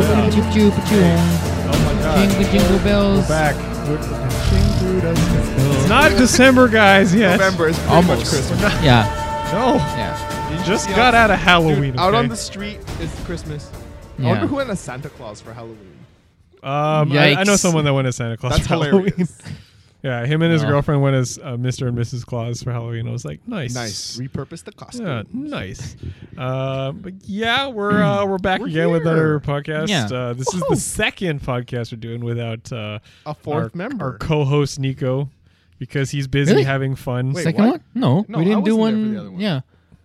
Pachu, Pachu. Oh my God. Jingle, jingle bells. We're back. It's not December, guys, yet. November is pretty much Almost. Christmas. Yeah, No. yeah. You just got out of Halloween. Dude, out on okay? the street is Christmas. I Yeah. wonder who went as Santa Claus for Halloween. Um, I, I know Yikes. someone that went as Santa Claus That's for Halloween. hilarious. Yeah, him and his Yeah. girlfriend went as uh, Mr. and Mrs. Claus for Halloween. I was like, nice, Nice. Repurpose the costume. yeah, nice. Uh, but yeah, we're uh, we're back We're again with another here. podcast. Yeah. Uh, this is Woohoo. the second podcast we're doing without uh, A fourth our, member. our co-host Nico, because he's busy Really? having fun. Wait, Second what? one? No, No, we I didn't do wasn't there for one. the other one. Yeah,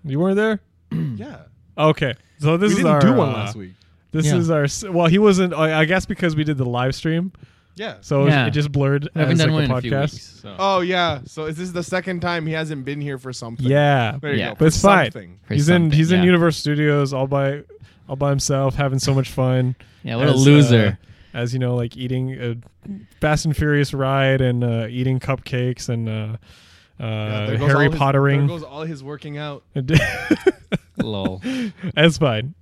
You weren't there? yeah. Okay, so this we is didn't our do one uh, last week. This Yeah. is our s- well. He wasn't. I I guess because we did the live stream, Yeah. so it- Yeah. it just blurred I haven't as done one like in a a few podcast. weeks. So. Oh yeah. So is this the second time he hasn't been here for something? Yeah, There you Yeah. go. But for it's fine. something. For he's in something, he's in yeah. Universe Studios all by all by himself, having so much fun. Yeah, what a uh, loser. as you know, like eating a Fast and Furious ride and uh, eating cupcakes and uh, Yeah, uh, there goes Harry all his- There Pottering. goes all his working out. Lol. That's fine.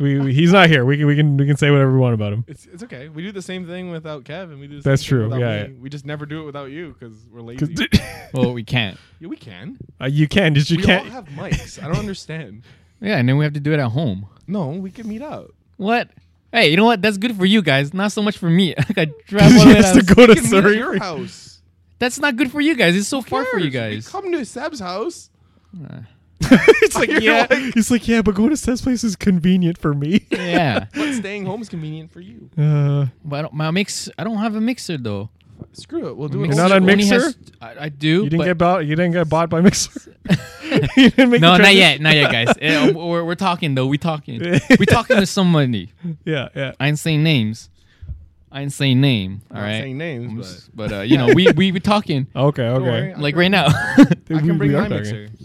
we, we- he's not here. We can we can we can say whatever we want about him. It's, it's okay. We do the same thing without Kev, and we do. The That's same thing true, without yeah, me. yeah. We just never do it without you because we're lazy. 'Cause- well, we can't. yeah, we can. uh, you can, just you we can't. all have mics. I don't understand. Yeah, and then we have to do it at home. No, we can meet up. What? Hey, you know what? That's good for you guys. Not so much for me. I got drive all the he way has down- to go to we can meet at your Surrey. house. That's not good for you guys. It's so far for you Cares? We guys. come to Seb's house. it's like You're yeah. like- he's like yeah, but going to Seth's place is convenient for me. Yeah, But staying home is convenient for you. Uh, but I don't, my mix. I don't have a mixer though. Screw it. We'll do My it. You're all not on together. only Mixer? has- I, I do. You didn't but- get bought. You didn't get bought by Mixer. you didn't make no, not the transition? yet, not yet, guys. Eh, we're, we're talking though. We talking. We talking to somebody. Yeah, yeah. I ain't saying names. I ain't saying name. All I'm not right. saying names, I'm but s- but uh, you know, we we we talking Okay, worry, okay. I like can- right now. I We- can bring we are my talking. mixer. oh,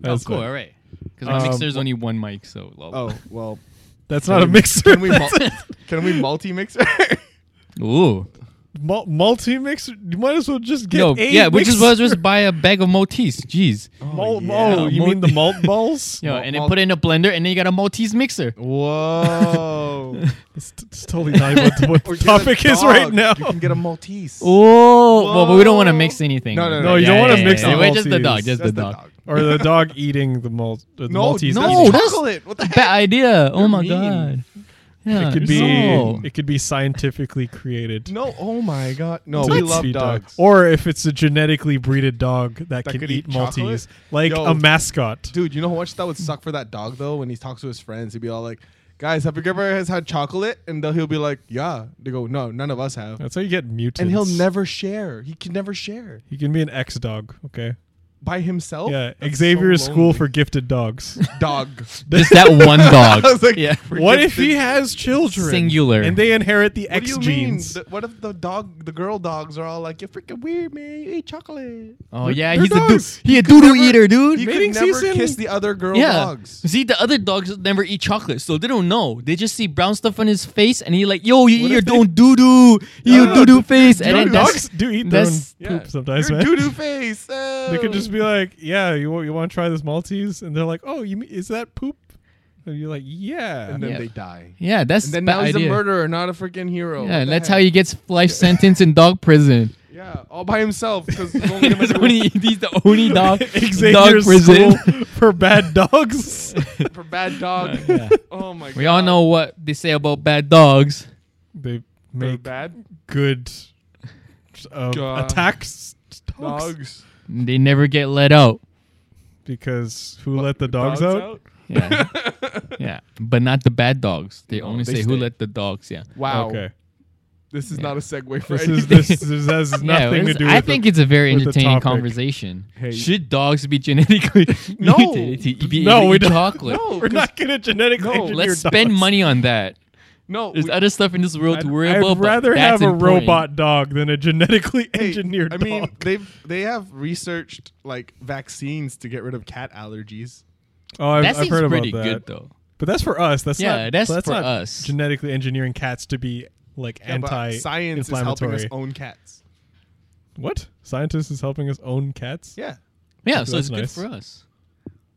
That's cool. fine. All right. Because my Um, mixer's only one mic, so lol. Oh well. That's not a mixer. Can we mul- can we multi mixer? Ooh. Mul- multi mixer. You might as well just get Yo, a yeah, we just mixer. well just buy a bag of Maltese. Jeez. Mul- yeah. Oh, you mean the Multi- malt balls? Yo, Mal- and then Mal- put it in a blender, and then you got a Maltese mixer. Whoa. It's, t- it's totally not even what, what Or the get a topic is right dog. now. You can get a Maltese. Oh, well, but we don't want to mix Whoa. anything. No, no, Right? no, you don't wanna mix the yeah, Wait, just the Maltese. dog, just That's the dog. Or the dog eating the, malt. the No, Maltese. no, eating- that's- Chocolate. What the heck? Bad idea. Oh You're my mean. god. Yeah, it could be. no. It could be scientifically created. No. Oh my God. No, to we feed love dogs. Or if it's a genetically breeded dog that, can could eat, eat Maltese, chocolate? like Yo. a mascot. Dude, you know how much that would suck for that dog though? When he talks to his friends, he'd be all like, "Guys, have you ever has had chocolate?" And they'll- he'll be like, "Yeah." They go, "No, none of us have." That's how you get mutants. And he'll never share. He can never share He can be an ex dog. Okay. by himself. yeah. Oh, That's Xavier's so school lonely. for gifted dogs. dog. Just that one dog. I was like, yeah. "Forget what if he this." has children? Singular. And they inherit the What do X you genes. mean? The- What if the dog, the girl dogs, are all like, "You're freaking weird, man. You ate chocolate." Oh yeah, they're he's a dude. dogs. He a doodle never- eater, dude. He Mating could never season? kiss the other girl yeah. dogs. See, the other dogs never eat chocolate, so they don't know. They just see brown stuff on his face, and he like, yo, you What eat your if they- don't doo doo, you no, doo doo face, and Dog- then dogs that's do eat their own that's- Yeah. poop sometimes, Your man. doo-doo face. They could oh. just be like, "Yeah, you want, you want to try this Maltese?" And they're like, "Oh, you mean, is that poop?" And you're like, "Yeah." and then Yeah. they die. yeah, that's And then bad now he's idea. a murderer, not a freaking hero. Yeah, What the that's heck? how he gets life sentence in dog prison. Yeah, all by himself because only him he's, and only, he's the only dog in dog Xavier's prison. school for bad dogs. for bad dog. Oh my god. We all know what they say about bad dogs. they They're make bad good uh, God. attacks dogs, dogs. They never get let out. because who let the dogs, out? Yeah, yeah, but not the bad dogs. They No, only they say who stay. let the dogs. Yeah. Wow. Okay, This is Yeah. not a segue for this anything. is this, this has Yeah, nothing it's- to do. I with think it's a very with the entertaining topic. conversation. Hey. Should dogs be genetically No. mutated to be No, able to we eat don't. chocolate? No, The, we're 'cause- not gonna genetically No, engineer Let's dogs. spend money on that. no. There's we- other stuff in this world I'd, to worry I'd about. but rather that's have a important. robot dog than a genetically hey, engineered I mean, dog. they've they have researched like vaccines to get rid of cat allergies. Oh, I've, That I've seems heard about pretty that. good though. But that's for us. That's Yeah, not. that's that's for not us. Genetically engineering cats to be like Yeah, but anti science is helping us inflammatory. own cats. What scientists is helping us own cats? Yeah, Yeah, so So that's it's good nice. for us.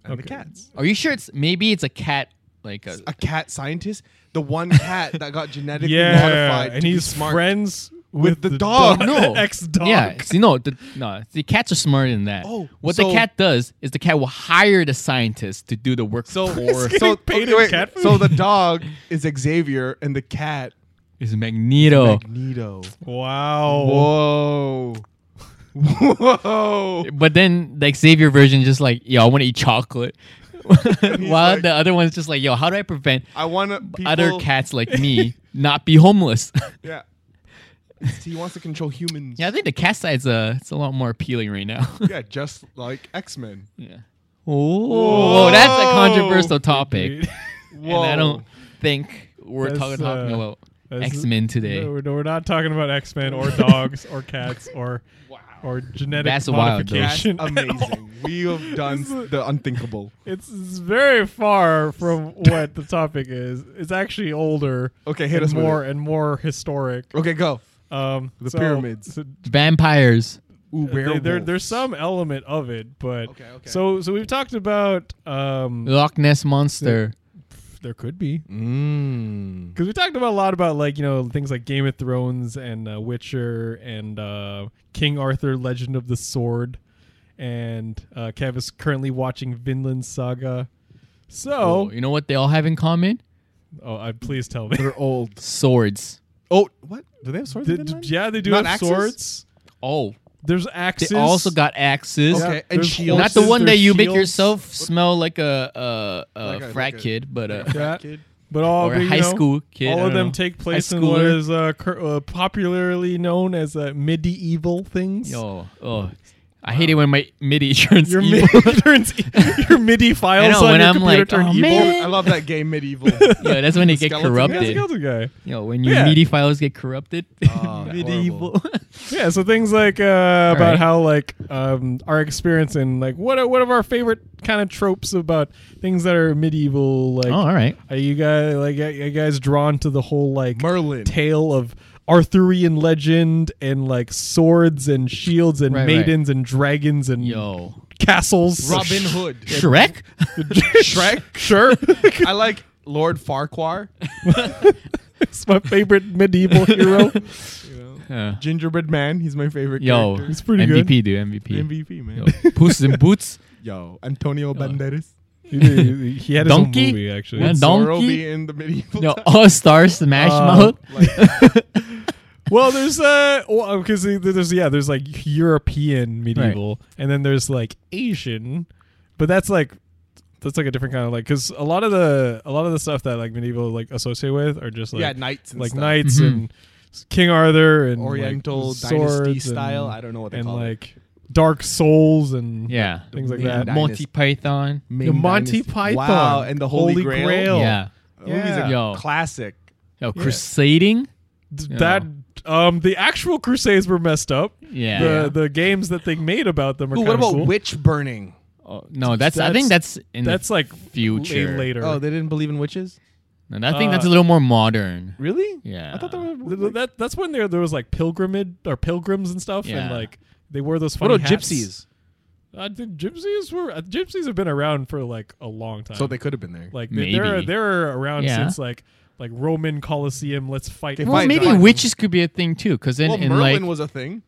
and Okay. the cats. Are you sure it's maybe it's a cat like a, a cat scientist, the one cat that got genetically yeah, modified, and to be he's smart. friends with, With the dog. no ex dog. Yeah, see, no, the, no, the cats are smarter than that. Oh, what so- the cat does is the cat will hire the scientist to do the work So, for so, getting paid okay, in wait, cat food. so the dog is Xavier and the cat is Magneto. Magneto. Wow. Whoa. Whoa. But then the Xavier version just like, yo, I want to eat chocolate. While like- the other one's just like, yo, how do I prevent I want to other cats like me not be homeless? Yeah. See, he wants to control humans. yeah, I think the cat side's uh, it's a lot more appealing right now. Yeah, just like X Men. yeah. Oh, that's a controversial topic. Dude. Whoa. And I don't think we're That's, talking, talking uh, about that's- X Men today. No, we're, we're not talking about X Men or dogs or cats or Wow. or genetic That's wild, though. That's modification. at all. amazing. We have done This is- the unthinkable. It's, it's very far from what the topic is. It's actually older. Okay, hit and us with more and more historic. Okay, go. Um, The so- pyramids. so Vampires. Ooh, there- there- there's werewolves. some element of it, but Okay, okay. so so we've talked about um, Loch Ness monster. there could be Mm-hmm. Mm. because we talked about a lot about like you know things like Game of Thrones and uh, Witcher and uh, King Arthur: Legend of the Sword, and uh, Kev is currently watching Vinland Saga. So, Oh, you know what they all have in common? oh, I, please tell me. They're old. Swords. Oh, what? Do they have swords? in Did- Finland? yeah, they do Not have axes? swords. Oh, There's they axes. also got axes. Okay, and there's shields. Not the horses, one that there's you make shields, yourself smell like a, a, a Like a- frat like a- kid, but uh Yeah. Kid. but all or but, a you high know, school kid. I all of don't them know. take High place in what schooler. is uh, cur- uh, popularly known as uh, medieval things. Yo, oh, I hate it when my MIDI turns Your evil. MIDI turns e- your MIDI I files know, on when your I'm computer like, turn "Oh, evil. man, I love that game medieval. Yo, that's when they The get skeleton guy? Yeah, corrupted. skeleton guy. Yo, when your Yeah. MIDI files get corrupted, Ah, medieval. Yeah, so things like uh, about right. how like um, our experience and like what are, what of our favorite kind of tropes about things that are medieval. Like, oh, all right. are you guys like are you guys drawn to the whole like Merlin. tale of Arthurian legend and like swords and shields and Right, right. maidens and dragons and Yo, castles. Robin Hood. Shrek. Shrek, sure. I like Lord Farquhar. it's my favorite medieval hero. You know. Yeah. Gingerbread Man. He's my favorite Yo, character. It's pretty good. MVP, dude. MVP. MVP, man. Yo, Puss in Boots. Yo, Antonio Banderas. He, did- he had his Donkey? own movie actually. Yeah, Would donkey? Zorro be in the medieval Yo, time? All Star Smash Uh, Mouth. well, there's uh, because there's yeah, there's like European medieval, and then there's like Asian, but that's like that's like a different kind of like because a lot of the a lot of the stuff that like medieval like associate with are just like yeah, knights and like stuff. knights Mhm. and King Arthur and like, Oriental swords dynasty and- style. I don't know what they and call it. like dark souls and Yeah. things like Yeah. that. Dynasty. Monty Python. Ming The Monty dynasty. Python, Wow, and the Holy, Grail. Yeah. That movie's a Yo. classic. Yo, crusading. Th- Yeah. That um, the actual Crusades were messed up. Yeah. The the games that they made about them are Ooh, kind what of about cool. witch burning? Oh, no, that's, I think that's in that's like the future. way later. Oh, they didn't believe in witches? And I think that's a Uh, little more modern. Really? Yeah. I thought there were Th- th- that that's when there there was like pilgrimage or pilgrims and stuff, and Yeah. like they wore those what funny about hats. gypsies? Uh, the gypsies were uh, gypsies have been around for like a long time. So they could have been there. like they, they're Maybe. they're around Yeah. since like like Roman Colosseum. Let's fight. They well, fight maybe dogs. witches could be a thing too, because then well, in Merlin like was a thing.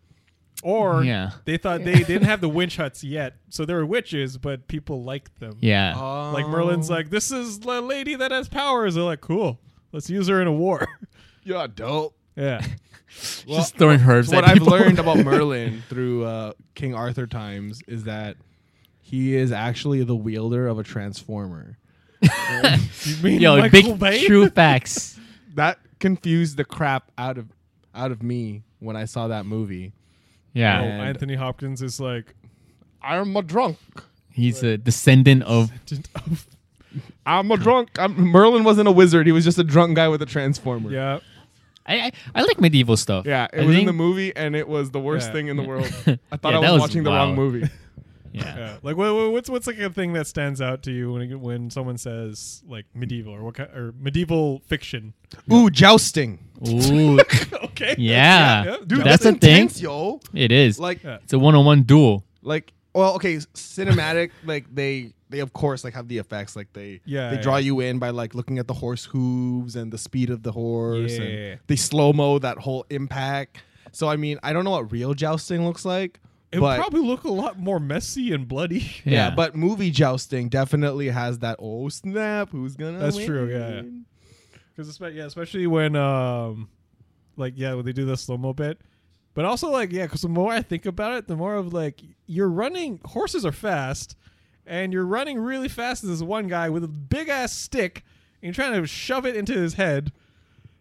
or yeah, they thought they didn't have the witch huts yet, so there were witches, but people liked them. yeah, uh, Oh. Like Merlin's like, this is the lady that has powers. They're like, cool, let's use her in a war. yeah, dope. yeah, Well, just throwing herbs. So what at I've people. learned about Merlin through uh, King Arthur times is that he is actually the wielder of a transformer. you mean Yo, Michael big Bay? true facts. That confused the crap out of out of me when I saw that movie. Oh, Yeah, And- Anthony Hopkins is like I'm a drunk. he's a descendant of. I'm a drunk. I'm, Merlin wasn't a wizard. He was just a drunk guy with a transformer. yeah. I I, I like medieval stuff. Yeah, it I was in think- the movie, and it was the worst Yeah. thing in the world. I thought Yeah, that I was, was watching the wrong wild. movie. Yeah. Yeah. Like, what, what- what's what's like a thing that stands out to you when when someone says like medieval or what kind, or medieval fiction? Ooh, jousting. Ooh, okay. Yeah. Dude, That's a thing? thing, yo. it is. Like, Yeah. it's a one-on-one duel. like, well, okay, s- cinematic. like they they of course like have the effects like they Yeah, they draw yeah. you in by like looking at the horse hooves and the speed of the horse Yeah. and they slow mo that whole impact. So I mean I don't know what real jousting looks like, It would but probably look a lot more messy and bloody. yeah. but movie jousting definitely has that oh snap who's gonna That's true, yeah. win?" Because yeah, especially when um, like yeah, when they do the slow mo bit, but also like yeah, because the more I think about it, the more of like you're running. Horses are fast, and you're running really fast as this one guy with a big ass stick, and you're trying to shove it into his head.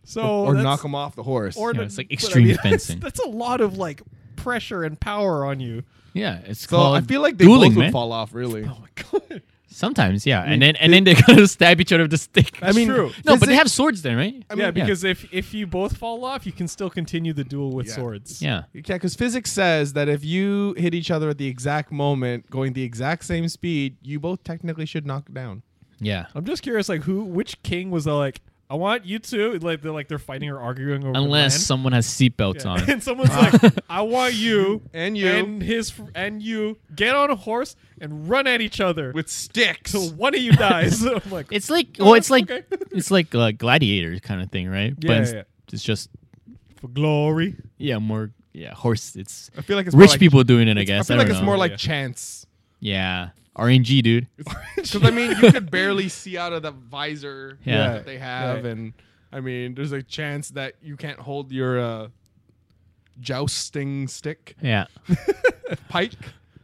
So or Oh, that's- knock him off the horse. Yeah, to- it's like but I extreme mean, that's- fencing. That's, a lot of like pressure and power on you. yeah. It's so called I feel like they dueling, both would man. fall off really. Oh my god. Sometimes, yeah, and then and then they're gonna stab each other with the stick. I mean, True. no, but physic- they have swords then, right? I mean, yeah, because if if you both fall off, you can still continue the duel with Yeah. swords. Yeah, Yeah, because physics says that if you hit each other at the exact moment, going the exact same speed, you both technically should knock down. yeah. I'm just curious, like who, which king was the, like, I want you two, like they're like they're fighting or arguing over Unless the land. someone has seatbelts Yeah. on. and someone's like, I want you And you. and his fr- and you get on a horse and run at each other With sticks. till one of you dies. I'm like, It's like Oh, well, it's like Okay. it's like uh, gladiator kind of thing, right? Yeah, but it's, yeah. it's just for glory. yeah, more yeah, horse. It's I feel like it's more rich like- people doing it. I I guess feel I like don't it's know. more Yeah. like chance. yeah, RNG, dude. Because I mean, you could barely see out of the visor Yeah. that they have, Right. and I mean, there's a chance that you can't hold your uh, jousting stick, Yeah, pike.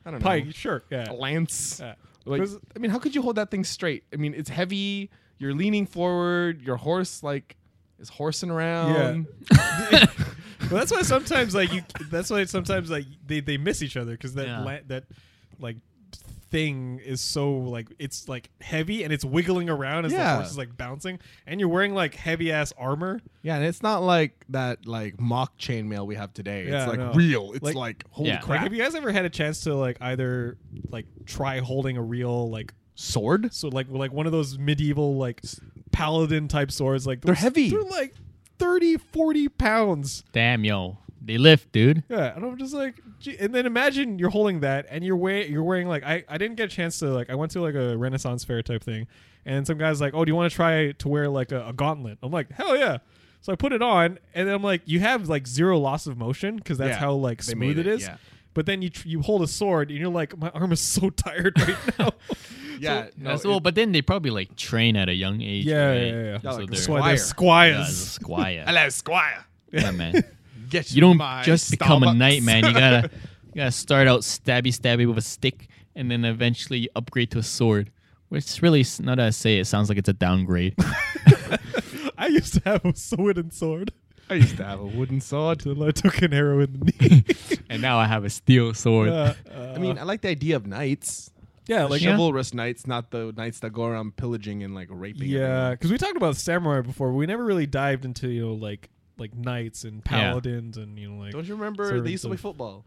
I don't Pike, know, sure, yeah. a lance. Yeah. Like, 'Cause- I mean, how could you hold that thing straight? I mean, it's heavy. You're leaning forward. Your horse, like, is horsing around. Well, that's why sometimes like you. That's why sometimes like they, they miss each other because that Yeah. la- that like thing is so like it's like heavy and it's wiggling around as Yeah. the horse is like bouncing and you're wearing like heavy ass armor. Yeah, and it's not like that like mock chainmail we have today. Yeah, it's like no. real. It's Like- like, holy Yeah. Like, crap. have you guys ever had a chance to like either like try holding a real like Sword? so like like one of those medieval like paladin type swords like They're those- heavy. They're like 30 40 pounds. damn, yo, they lift, dude. Yeah, and I'm just like, gee, and then imagine you're holding that, and you're way you're wearing like I I didn't get a chance to like I went to like a Renaissance fair type thing, and some guys like, oh, do you want to try to wear like a, a gauntlet? I'm like, hell yeah! So I put it on, and then I'm like, you have like zero loss of motion because that's Yeah, how like they smooth made it it, is. yeah. But then you tr- you hold a sword, and you're like, my arm is so tired right now. Yeah. no, That's- well, but then they probably like train at a young age. Yeah, right? yeah, yeah, yeah. So like they're- That's why they're yeah, it's a squires. squire. Hello, Squire. yeah, man. Get You don't my just become a Starbucks. knight, man. You gotta you gotta start out stabby stabby with a stick, and then eventually upgrade to a sword. Which really, s- now that I say it, sounds like it's a downgrade. I used to have a sword and sword. I used to have a wooden sword. Till I took an arrow in the knee. and now I have a steel sword. Uh, I mean, I like the idea of knights. yeah, Like like Yeah. chivalrous knights, not the knights that go around pillaging and like raping. Yeah, everyone. because we talked about samurai before. But we never really dived into you know like like knights and Yeah. paladins and you know like. Don't you remember they used to play Servants football?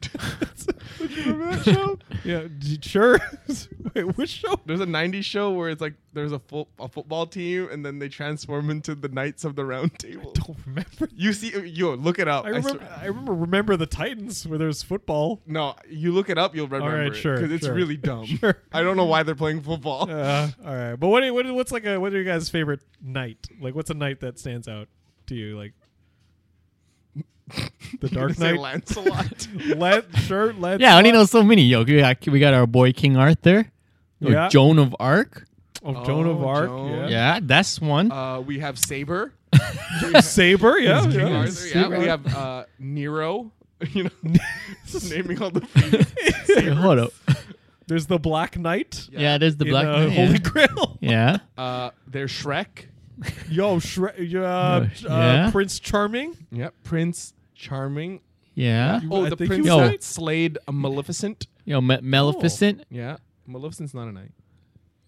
Don't you remember that show? yeah, d- sure. Wait, which show? There's a '90s show where it's like there's a, fo- a football team, and then they transform into the Knights of the Round Table. Don't remember. You see, yo, look it up. I I swear- remember. I remember. Remember the Titans where there's football. No, you look it up, you'll remember right, it, sure, it's sure. really dumb. Sure. I don't know why they're playing football. Uh, all right, but what, do you- what? What's like a? What are your guys' favorite knight? Like, what's a knight that stands out to you? Like, the I'm gonna Dark say Knight. Lancelot. Let sure. Let Yeah, I only know so many. Yo, we got, we got our boy King Arthur, or Yeah. Joan of Arc. of Joan of Oh, Arc. Joan. Yeah, that's one. uh, we have Saber. Yeah. Saber. Yeah. King yeah. Arthur, yeah. We have uh, Nero. You know, naming all the famous Hey, hold up. There's the Black Knight. Yeah, there's the black. in, uh, Knight, yeah. Holy Grail. yeah. Uh, there's Shrek. Yo, Shre- uh, Yeah. uh, Prince Charming. Yep. Prince Charming. yeah, You- Oh, I the think he prince was that right. slayed a Maleficent. Yo, Ma- Maleficent. Yeah. Maleficent's not a knight.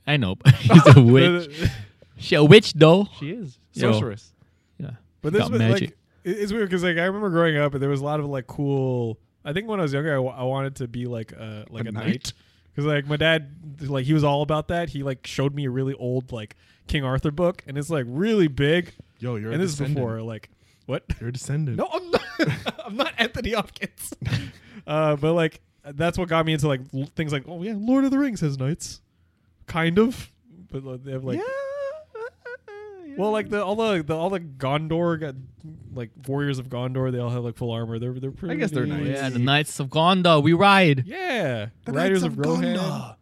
I know, but she's a witch. She a witch though. She is. Yo. Sorceress. Yeah, But She this got was like, it- it's weird because like I remember growing up and there was a lot of like cool. I think when I was younger, I, w- I wanted to be like a like A a, knight? knight because like my dad like he was all about that. He like showed me a really old like King Arthur book and it's like really big. Yo, you're and this is before like what? You're a descendant. No, I'm not. I'm not Anthony Hopkins. uh, but like, that's what got me into like l- things like oh yeah, Lord of the Rings has knights, kind of, but like, they have like well like the all the, the all the Gondor got like warriors of Gondor they all have like full armor. They're they're pretty. guess they're neat. knights. Yeah, the Knights of Gondor, we ride. Yeah, Riders of Rohan.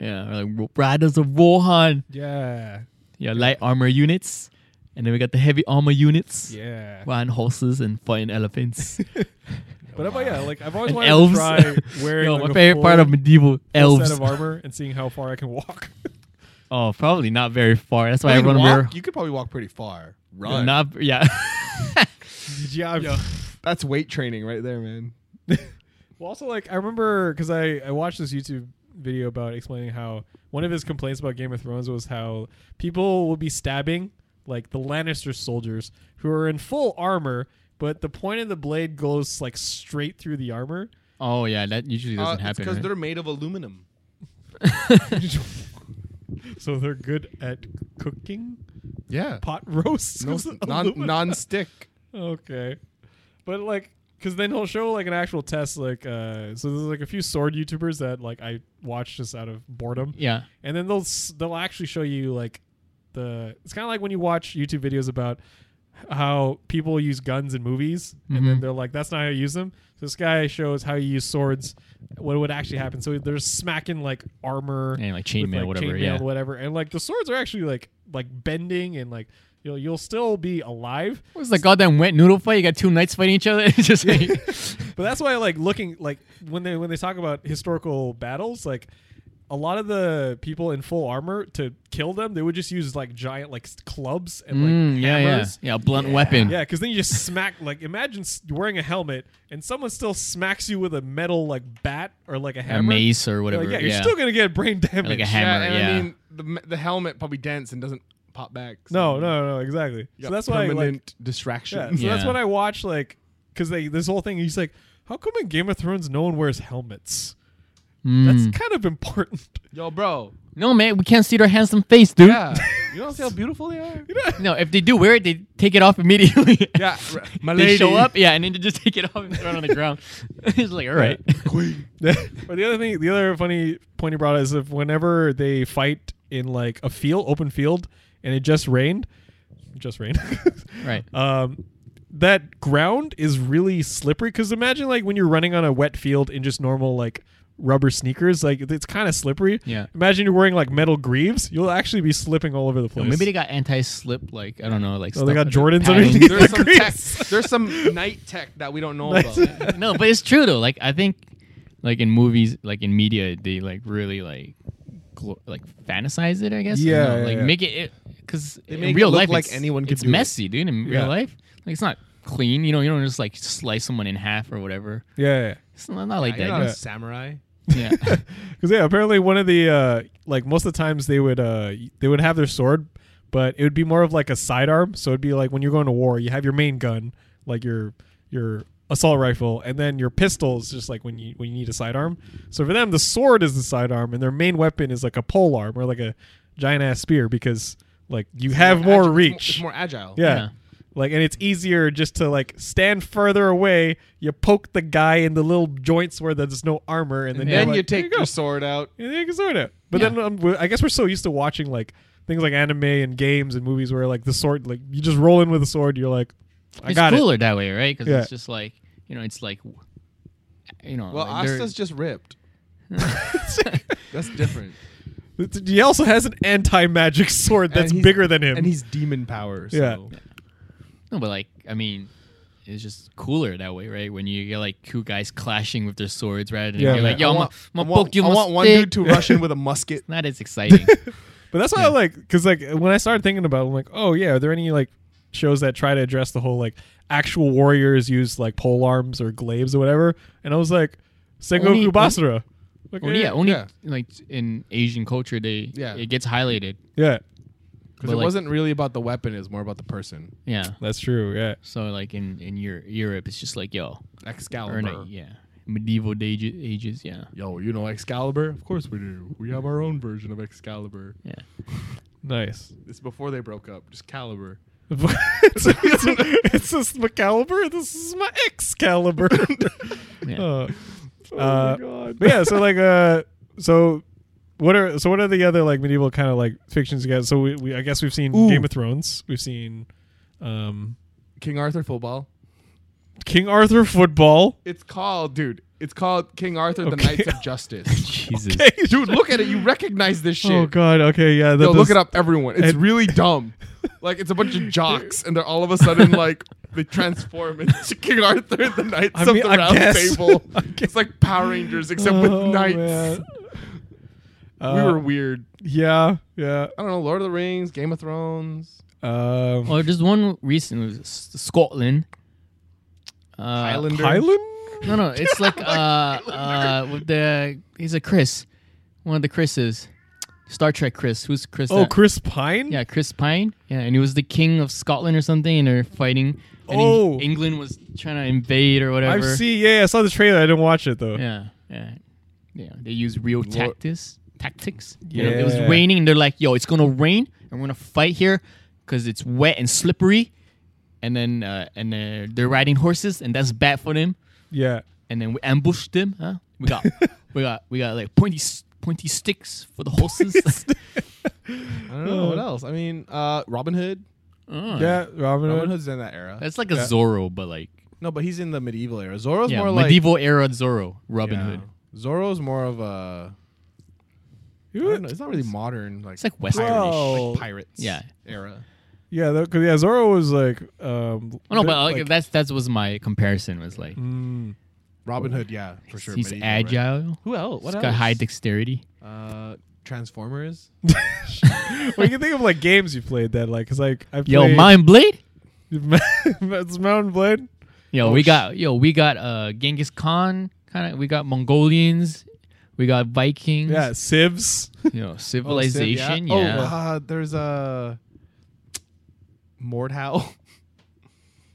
Yeah, or like Ro- Riders of Rohan. Yeah, Yeah, light armor units, and then we got the heavy armor units. yeah. Riding horses and fighting elephants But I'm, yeah, like I've always and wanted elves. to try wearing Yo, like, my a favorite full- part of medieval full elves. set of armor and seeing how far I can walk. Oh, probably not very far. That's why I mean, everyone wear. walk, you could probably walk pretty far. Run. Not, yeah. yeah, I've- That's weight training right there, man. Well, also like I remember because I I watched this YouTube video about explaining how one of his complaints about Game of Thrones was how people will be stabbing like the Lannister soldiers who are in full armor, but the point of the blade goes like straight through the armor. oh yeah, that usually Uh, doesn't happen. because right? Uh, they're made of aluminum. So they're good at cooking Yeah. pot roasts. No, 'cause of non aluminum. non-stick. Okay. But like cuz then he'll show like an actual test like uh so there's like a few sword YouTubers that like I watch just out of boredom. yeah. And then they'll s- they'll actually show you like the it's kind of like when you watch YouTube videos about how people use guns in movies and then Mhm. they're like that's not how you use them. So this guy shows how you use swords what would actually happen. So they're smacking like armor And like with, chainmail, like, whatever. chainmail, yeah. whatever. And like the swords are actually like like bending and like you'll you'll still be alive. What was the goddamn wet noodle fight? You got two knights fighting each other. It's just like, But that's why I like looking like when they when they talk about historical battles, like a lot of the people in full armor to kill them, they would just use like giant like s- clubs and like Mm, yeah, yeah, hammers. yeah, a blunt weapon. Yeah, because then you just smack like imagine s- you're wearing a helmet and someone still smacks you with a metal like bat or like a a hammer. mace or You're whatever. like, yeah, you're still gonna get brain damage. Like a hammer. and yeah. I mean, the, m- the helmet probably dents and doesn't pop back. No, no, no, exactly. you so got that's why like permanent distraction. Yeah, so that's Yeah. what I watch, like, because they this whole thing. He's like, how come in Game of Thrones no one wears helmets? Mm. That's kind of important. Yo, bro. no, man, we can't see their handsome face, dude. Yeah. you don't see how beautiful they are? No, if they do wear it, they take it off immediately. Yeah. r- My they lady. show up, yeah, and then they just take it off and throw it on the ground. it's like, all right. Queen. but the other thing, the other funny point you brought is if whenever they fight in like a field, open field, and it just rained, just rained, Right. um, that ground is really slippery. Because imagine like when you're running on a wet field in just normal like rubber sneakers, like it's kind of slippery. Yeah. Imagine you're wearing like metal greaves, you'll actually be slipping all over the Yo, place. maybe they got anti-slip, like I don't know, like Oh, stuff they got with Jordans padding. underneath? There's some, tech, Greece. there's some night tech that we don't know about. no, but it's true though. Like I think, like in movies, like in media, they like really like, glo- like fantasize it. I guess. I don't Yeah, know, yeah, like yeah. make it because They in make it real look life, like it's- anyone could it's do it. messy, dude. In Yeah. real life, like it's not clean. You know, you don't just like slice someone in half or whatever. yeah. yeah. It's not, not like You're not that. a samurai. Yeah. yeah. Because yeah, apparently one of the uh, like most of the times they would uh, they would have their sword, but it would be more of like a sidearm. So it'd be like when you're going to war, you have your main gun, like your your assault rifle, and then your pistols, just like when you when you need a sidearm. So for them, the sword is the sidearm, and their main weapon is like a pole arm or like a giant ass spear because like you have Agi- more it's reach. It's more, agile. Yeah. Yeah. Like and it's easier just to like stand further away. You poke the guy in the little joints where there's no armor, and then, Then you're you like, "There take go." your sword out. And they can sort it. But Yeah. then um, we- I guess we're so used to watching like things like anime and games and movies where like the sword, like you just roll in with a sword, you're like, I it's got cooler that way, right? Because Yeah. it's just like you know, it's like you know. Well, like, they're- Asta's just ripped. That's different. it. It's- He also has an anti magic sword And that's he's- bigger than him. And he's demon power. So. Yeah. No, but like I mean, it's just cooler that way, right? When you get like two guys clashing with their swords, rather than Yeah, you're man. like, yo, I I'm want, I gonna want- poke you. I with a want one stick." dude to rush in with a musket. Not as exciting. but that's why I like, because like when I started thinking about it, I'm like, oh yeah, are there any like shows that try to address the whole like actual warriors use like pole arms or glaives or whatever? And I was like, Oni- Sengoku Basara. Like, Only- yeah, only Yeah. like in Asian culture, they Yeah. it gets highlighted. yeah, But, Because it like- wasn't really about the weapon, it was more about the person. Yeah. that's true. Yeah. So like in in Eur- Europe, it's just like yo, or in, Excalibur. yeah, medieval age, ages, yeah, Yo, you know Excalibur? Of course we do. We have our own version of Excalibur. yeah. Nice. It's before they broke up. Just Caliber. it's, it's, it's this Excalibur. This is my Excalibur. Yeah. Uh, uh, God. but yeah, so like uh, so what are so what are the other like medieval kind of like fictions you got? So we, we I guess we've seen Ooh. Game of Thrones, we've seen um King Arthur football. King Arthur football. It's called, dude. It's called King Arthur: The Okay. Knights of Justice. Jesus. dude, look at it. You recognize this shit. Oh god, okay, yeah. That Yo, look does- it up, everyone. It's and- really dumb. Like it's a bunch of jocks, and they're all of a sudden like they transform into King Arthur and the Knights I of mean, the I Round guess. Table. I guess. It's like Power Rangers except with Oh, knights. man. we Uh, were weird. yeah, yeah. I don't know, Lord of the Rings, Game of Thrones, Um, Or just Oh, one recent S- Scotland. Uh, Highlander. Highland? No, no, it's like uh, uh, with the he's a Chris, one of the Chris's, Star Trek Chris. Who's Chris? Oh, that- Chris Pine. Yeah, Chris Pine. Yeah, and he was the king of Scotland or something, and they're fighting. And he- Oh. England was trying to invade or whatever. I've seen. Yeah, I saw the trailer. I didn't watch it though. Yeah, yeah, yeah. They use real tactics. Tactics. You know, it Yeah. was raining. and They're like, "Yo, it's gonna rain, and we're gonna fight here because it's wet and slippery." And then, uh, and they're, they're riding horses, and that's bad for them. Yeah. And then we ambushed them. Huh? We got, we got, we got like pointy, s- pointy sticks for the horses. I don't know what else. I mean, uh, Robin Hood. Oh, Yeah, Robin Robin Hood. Hood's in that era. that's like a Yeah. Zorro, but like no, but he's in the medieval era. Zorro's yeah, more like medieval era Zorro, Robin Yeah. Hood. Zorro's more of a. I don't know, it's not really modern. Like It's like Western. Well- like pirates. Yeah. era. Yeah, that, cause yeah, Zorro was like, um, Oh, No, bit but like, that's that was my comparison. Was like mm, Robin Hood, yeah, for sure. he's medieval, right? agile. Who else? What He's else? got high dexterity. uh, Transformers. well, you can think of like games you played that like, cause like I played Yo, Mind Blade. that's Mountain Blade. Yo, Oh, we sh- got yo, we got uh Genghis Khan kind of. We got Mongolians. We got Vikings. Yeah, Sibs. You know, Oh, Civ, yeah. civilization. Oh, yeah. uh, there's a Mordhau.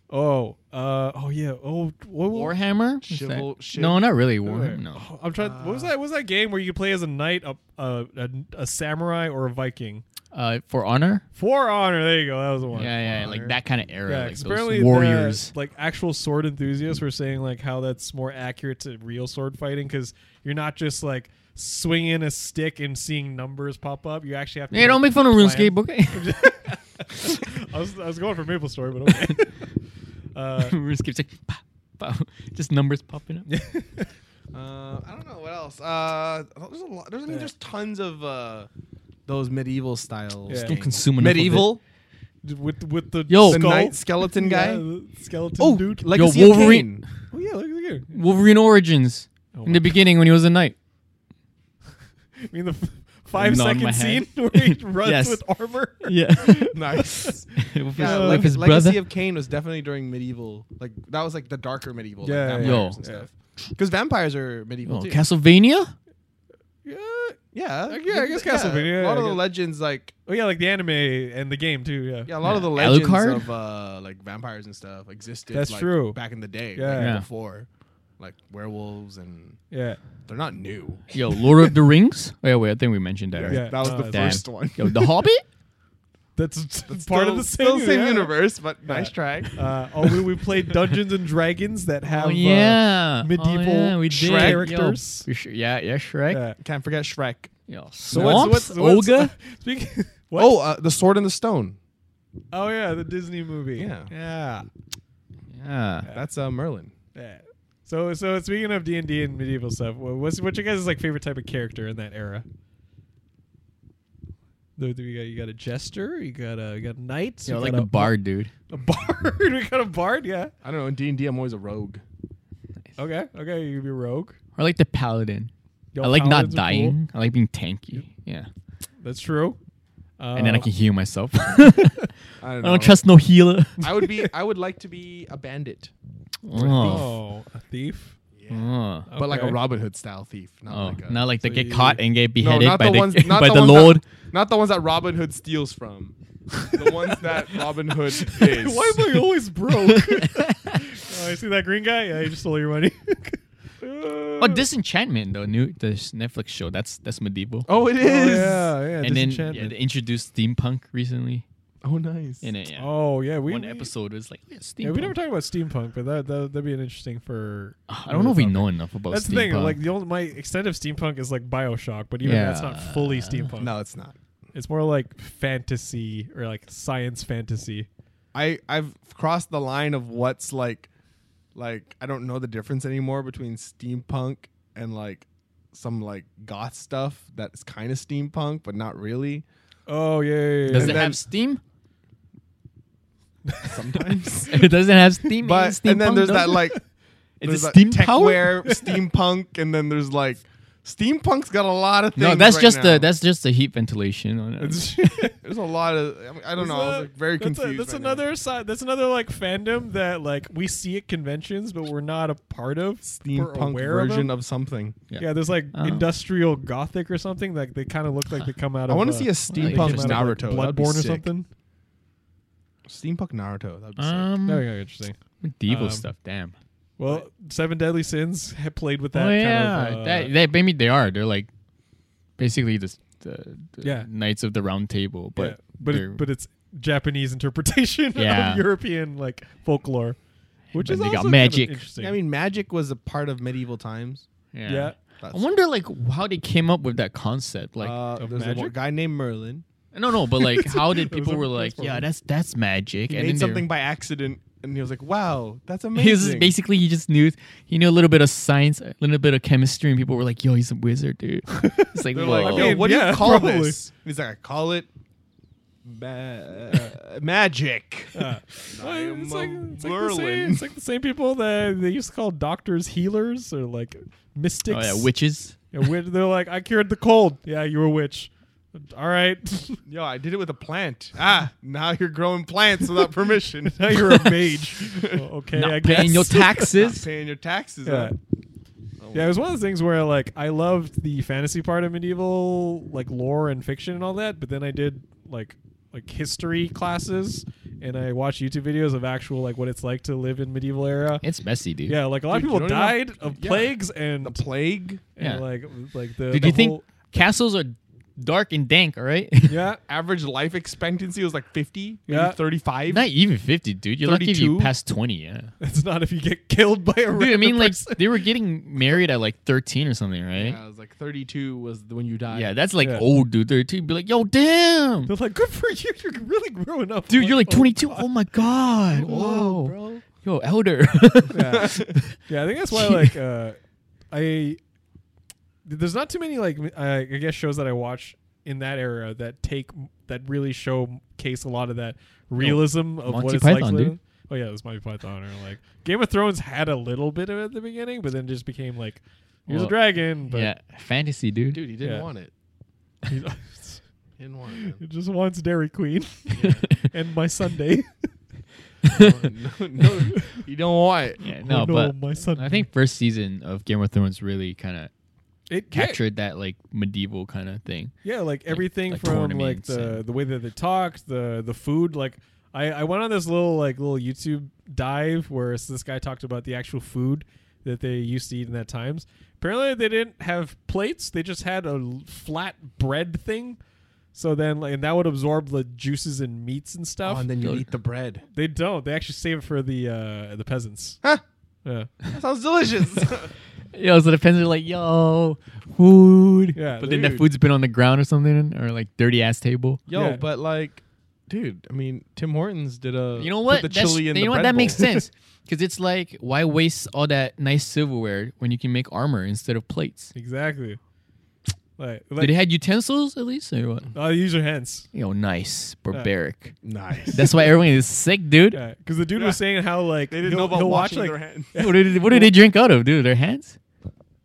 oh, uh, oh yeah. Oh, what, what, Warhammer. What's that? Chival- shiv- no, not really Warhammer. No. oh, I'm trying. what was that? What was that game where you could play as a knight, a a, a, a samurai, or a Viking? Uh, for honor. For Honor. There you go. That was the Yeah, one. yeah, yeah, like Honor. that kind of era. Yeah, like 'cause apparently those the, warriors. like actual sword enthusiasts were saying like how that's more accurate to real sword fighting because you're not just like swinging a stick and seeing numbers pop up. You actually have to. Hey, don't like, make fun of plan. RuneScape, okay? I was, I was going for Maple Story, but okay. uh, RuneScape's like, pow, pow. just numbers popping up. Uh, I don't know what else. Uh, there's a lot. There's, I mean, Yeah. there's tons of uh, those medieval styles. Yeah. Just Don't games. consume enough of it. medieval. with with the Yo. The skull. knight skeleton guy. Yeah, the skeleton oh, dude. Legacy Yo, of Wolverine. Kain. oh yeah, look at you. Wolverine Origins Oh in my- the beginning when he was a knight. I mean the f- five Nod my second head. scene where he runs Yes. with armor. Yeah. Nice. with Yeah, his, Uh, like with his Legacy brother. of Kane was definitely during medieval. Like that was like the darker medieval. Yeah, yeah, like, vampires yeah. and stuff. Because vampires are medieval Oh, too. Castlevania? Yeah. yeah, Uh, yeah, I guess Castlevania, A I lot of the guess. legends, like Oh yeah, like the anime and the game too. Yeah. yeah, a lot of Yeah. the legends Alucard? of uh, like vampires and stuff existed. That's like, true. Back in the day, Yeah. like, Yeah. before, like werewolves and Yeah. they're not new. Yo, Lord of the Rings? Oh, yeah, wait, I think we mentioned that. Yeah. Right? that was Oh, the damn. first one. Yo, The Hobbit? That's, part of the same, still same yeah. universe, but nice try. Uh, oh, we, we played Dungeons and Dragons that have Oh, yeah. uh, medieval oh, yeah, we did. Shrek characters. Yo, we sh- yeah, yeah, Shrek. yeah. Can't forget Shrek. Yo, Swamps, So what's- what's- what's- Olga. Speaking. Oh, What? uh, the Sword and the Stone. Oh, yeah, the Disney movie. Yeah. yeah, Oh, yeah. That's uh, Merlin. Yeah. So so speaking of D and D and medieval stuff, wha- what's what's your guys' like favorite type of character in that era? Do do you got you got a jester, you got a you got knights, Yo, you like got the a bard, dude. a bard. we got a bard, yeah. I don't know. In D and I'm always a rogue. Okay, okay, you could be a rogue. Or like the paladin. Yo, I like not paladins are cool. dying. I like being tanky. Yeah. That's true. Uh, and then I can heal myself. I I don't, know. don't trust no healer. I would be. I would like to be a bandit, Oh. Oh, a thief. Oh. but like a Okay. Robin Hood style thief. Not Oh, like a, not like they so get you- caught and get no, beheaded not by the the, ones. Not by the, the, ones Lord. That, not the ones that Robin Hood steals from. The ones that Robin Hood is. Why am I always broke? oh, I see that green guy. Yeah, he just stole your money. Uh, Oh, Disenchantment though, new the Netflix show. That's that's medieval. Oh, it Oh, is. yeah, yeah. and then yeah, disenchantment. they introduced steampunk recently. Oh, nice. in it. Yeah. Oh yeah, we One we- episode was like, oh, yeah, steampunk. Yeah, we never talked about steampunk, but that that that'd be an interesting for. I don't know if we know enough about That's steampunk. the thing. Like the old my extent of steampunk is like Bioshock, but even that's not fully Yeah. steampunk. No, it's not. it's more like fantasy or like science fantasy. I I've crossed the line of what's like, like I don't know the difference anymore between steampunk and like some like goth stuff that's kind of steampunk but not really. Oh yeah, yeah, yeah. does and it then- have steam? Sometimes. it doesn't have steam. but in and then steampunk, there's does that it? like Is there's it that steam techwear, steampunk, and then there's like steampunk's got a lot of things. No, that's right just now. the that's just the heat ventilation. On it. there's a lot of I, mean, I don't know. I was like, very that's a- confused. that's right now. another side. That's another like fandom that like we see at conventions, but we're not a part of. We're steampunk aware of version them. of, something. Yeah. Yeah, there's like Oh. industrial gothic or something. Like they kind of look like they come out I of. want uh, to see a steampunk Well, came out of, like, Naruto. That'd be Bloodborne or sick. something. Steampunk Naruto. That'd be sick. Um, No, yeah, interesting. medieval um, stuff. Damn. Well, Seven Deadly Sins ha- played with that. oh kind yeah, of, uh, that that maybe they are. They're like basically just the, the Yeah. knights of the round table, but yeah, but they're- it, but it's Japanese interpretation Yeah. of European like folklore, which But is they got also kind of magic. interesting. I mean, magic was a part of medieval times. yeah. yeah. I wonder like how they came up with that concept. Like uh, of there's a magic? one guy named Merlin. no, no, but like how did That was people a- were like, that's yeah, probably- that's that's magic. He and made then they were- something by accident, and he was like, "Wow, that's amazing." He was just basically he just knew he knew a little bit of science, a little bit of chemistry, and people were like, "Yo, he's a wizard, dude." It's like, They're whoa. like, I "Yo, mean, what do yeah, you call probably. this?" He's like, "I call it ma- magic." Uh, I am it's, a like, it's, like the Merlin. same, it's like the same people that they used to call doctors healers or like mystics. oh yeah, witches. Yeah, wit- they're like, I cured the cold. Yeah, you were a witch. All right, Yo, I did it with a plant. Ah, now you're growing plants without permission. now you're a mage. Well, okay, Not I guess. paying your Not taxes. paying your taxes. Yeah. huh? Yeah, it was one of the things where like I loved the fantasy part of medieval like lore and fiction and all that, but then I did like like history classes and I watched YouTube videos of actual like what it's like to live in medieval era. it's messy, dude. Yeah, like a lot of Dude, you people don't even died have- of yeah. plagues and, The plague. and, Yeah. like like the Dude, the you think whole- castles are dark and dank? All right. yeah. Average life expectancy was like 50, Yeah. maybe 35. Not even 50, dude. You're lucky if you 32? pass 20, yeah. It's not if you get killed by a Dude, I random mean, like, person. they were getting married at like 13 or something, Yeah, right? it was like 32 was the- when you Yeah, died. that's like Yeah. old, dude. 13. Be like, yo, damn. they're like, good for you, you're really growing up. Dude, you're like oh, 22. Oh my God. Whoa, Whoa. bro. Yo, elder. yeah. yeah, I think that's why like uh, I there's not too many like m- I, I guess shows that I watch in that era that take that really showcase a lot of that realism of what Oh, Monty it's like. Python, to live dude. in. Oh yeah, it was Monty Python or like Game of Thrones had a little bit of it at the beginning, but then just became like here's Well, a dragon, but yeah, fantasy, dude. Dude, he didn't Yeah. want it. he He didn't want it. he just wants Dairy Queen and my Sunday. Man. no, no, no, you don't want it. yeah, no, Oh, but my Sunday. I think first season of Game of Thrones really kind of it yeah, captured that like medieval kind of thing. Yeah, like everything like from like tournaments the and- the way that they talked, the the food. Like I I went on this little like little YouTube dive where s- this guy talked about the actual food that they used to eat in that times. Apparently they didn't have plates; they just had a l- flat bread thing. So then, like, and that would absorb the juices and meats and stuff. Oh, and then you Dude. eat the bread. they don't. They actually save it for the uh the peasants. Huh? Yeah, That sounds delicious. Yo, so the fans are like, yo, food. Yeah, but then that dude. food's been on the ground or something, or like dirty ass table. Yo, Yeah. but like, dude, I mean, Tim Hortons did a. You know put what? The That's- chili in you the know what? bread That makes bowl. sense because it's like, why waste all that nice silverware when you can make armor instead of plates? exactly. Like, Did it like had utensils at least, or what? oh, use your hands. Yo, nice, barbaric. Nice. That's why everyone is sick, dude. Yeah, because the dude Yeah. was saying how like They didn't he'll- know about he'll washing watch, like, their hands. What do they, what do they drink out of, dude? Their hands?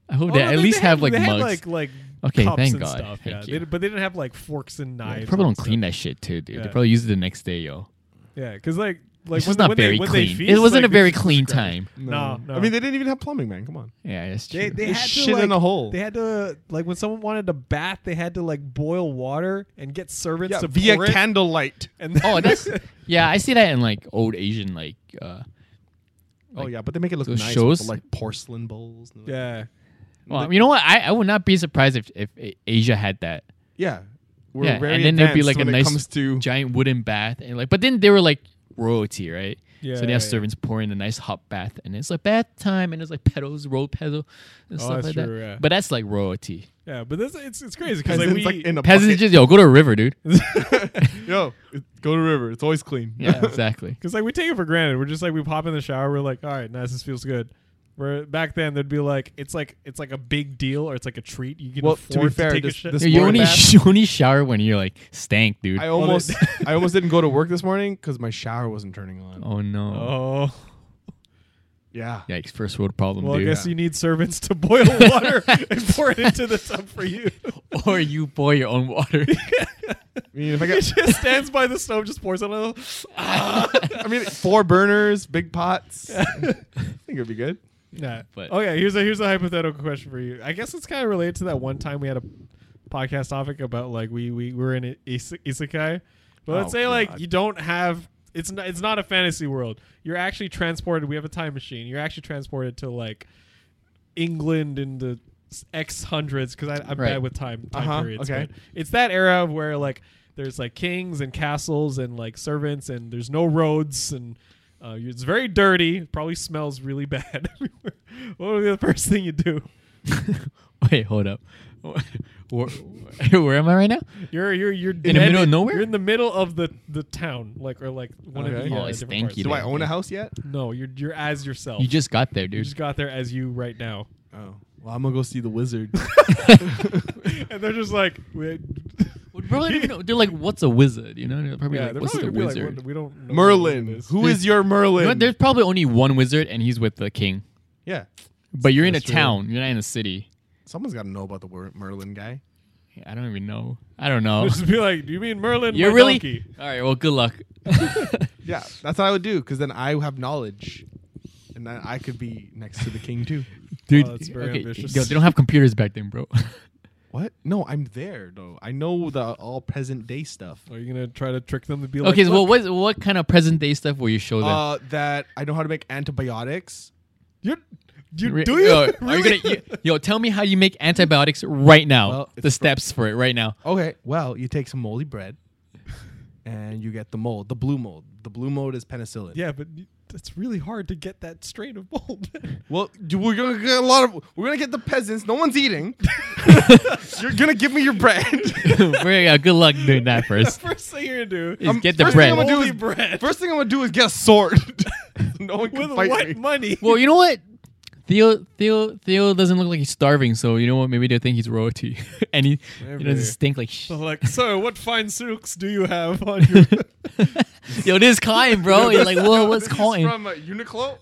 I hope Oh, they no, at least had- have like they had, mugs. like like Okay, cups thank and God. stuff. Thank yeah, you. They, but they didn't have like forks and They knives. probably and don't clean stuff. that shit too, dude. They Yeah. probably use it the next day, yo. Yeah, because like like It's when, just not when very they, when clean. They feast, it wasn't like, a very they- clean time. No, no. I mean, they didn't even have plumbing, man. Come on. Yeah, that's true. They, they There's had shit to, in like, the hole. They had to like when someone wanted to bath, they had to like boil water and get servants Yeah, to via pour it, candlelight. And then- oh, that's yeah. I see that in like old Asian like uh, oh yeah, but they make it look those nice with shows? the, like porcelain bowls. and- yeah. Well, you know what? I, I would not be surprised if, if A- Asia had that. yeah. we're yeah, very and then there'd be advanced like a when it nice comes to giant wooden bath, and like, but then they were like royalty, right? Yeah, So they yeah, have yeah. servants pouring a nice hot bath, and it's like bath time, and it's like petals, road pedal, and Oh, stuff that's like true, that. yeah. But that's like royalty. Yeah, but that's, it's it's crazy because like peasants we like in a Peasants bucket. just yo go to a river, dude. Yo, it- go to river. It's always clean. Yeah, exactly. Because like we take it for granted. We're just like we pop in the shower. We're like, all right, nice. This feels good. Where back then there'd be like it's like it's like a big deal or it's like a treat. You can Well, to be afford to, fair, take this- a shit. this Yo, you morning only bath- you only shower when you're like stank, dude. I almost I almost didn't go to work this morning because my shower wasn't turning on. oh no. oh, Yeah. Yikes! First world problem, well, I dude. guess you need servants to boil water and pour it into the tub for you. or you boil your own water. I mean, if I He got, just stands by the stove, just pours it a little. I mean, four burners, big pots. I think it'd be good. Yeah. But- okay, here's a here's a hypothetical question for you. I guess it's kind of related to that one time we had a podcast topic about like we we were in is- isekai. But let's Oh, say like God. you don't have it's not it's not a fantasy world. You're actually transported. We have a time machine. You're actually transported to like England in the s- X hundreds because I'm Right. bad with time time Uh-huh, periods. okay. but it's that era where like there's like kings and castles and like servants and there's no roads and uh, you- it's very dirty. Probably smells really bad. everywhere. what would be the first thing you do? Wait, hold up. Where, where am I right now? You're you're you're in the middle of nowhere? You're in the middle of the the town, like or like one of Okay. the Oh, uh, it's different parts. stanky Do I Yeah. own a house yet? No, you're you're as yourself. You just got there, you dude. just got there as you right now, Oh, well, I'm gonna go see the wizard. and they're just like, we, Would probably even know- They're like, "What's a wizard?" You know, they're probably yeah, like, they're "What's probably the gonna be like, wizard?" "What- we don't know what it Merlin, is." who is your You know what? Merlin? There's probably only one wizard, and he's with the king. yeah, But you're in a That's true. town. You're not in a city. someone's got to know about the wor- Merlin guy. I don't even know. I don't know. Just be like, do you mean Merlin? You're my really donkey?" all right. Well, good luck. Yeah, that's what I would do because then I have knowledge, and then I could be next to the king too. dude. Oh, that's very okay, ambitious. yo, they don't have computers back then, bro. What? No, I'm there though. I know the all present day stuff. Are you gonna try to trick them to be like? okay, so "Look, what, what what kind of present day stuff will you show them? Uh, that I know how to make antibiotics. You're, you Re- uh, do you? Yo, Are Really? you gonna, yo, yo, tell me how you make antibiotics right now. Well, it's the fr- steps for it right now. Okay, well, you take some moldy bread, and you get the mold, the blue mold. The blue mold is penicillin. yeah, but you- that's really hard to get that strain of mold. Well, d- we're gonna get a lot of. We're gonna get the peasants. No one's eating. You're gonna give me your bread. Very, uh, good luck doing that first. First thing you're gonna do Is Um, get the first bread. Thing I'm gonna do Moldy is, bread. First thing I'm gonna do is get a sword. no one can with fight what me. money? Well, you know what? Theo Theo Theo doesn't look like he's starving, so you know what? Maybe they think he's royalty, and he, he doesn't stink like shit. So, like, so what fine silks do you have on your? Yo, this is cotton, bro. You're like, whoa, what's cotton? from uh, Uniqlo.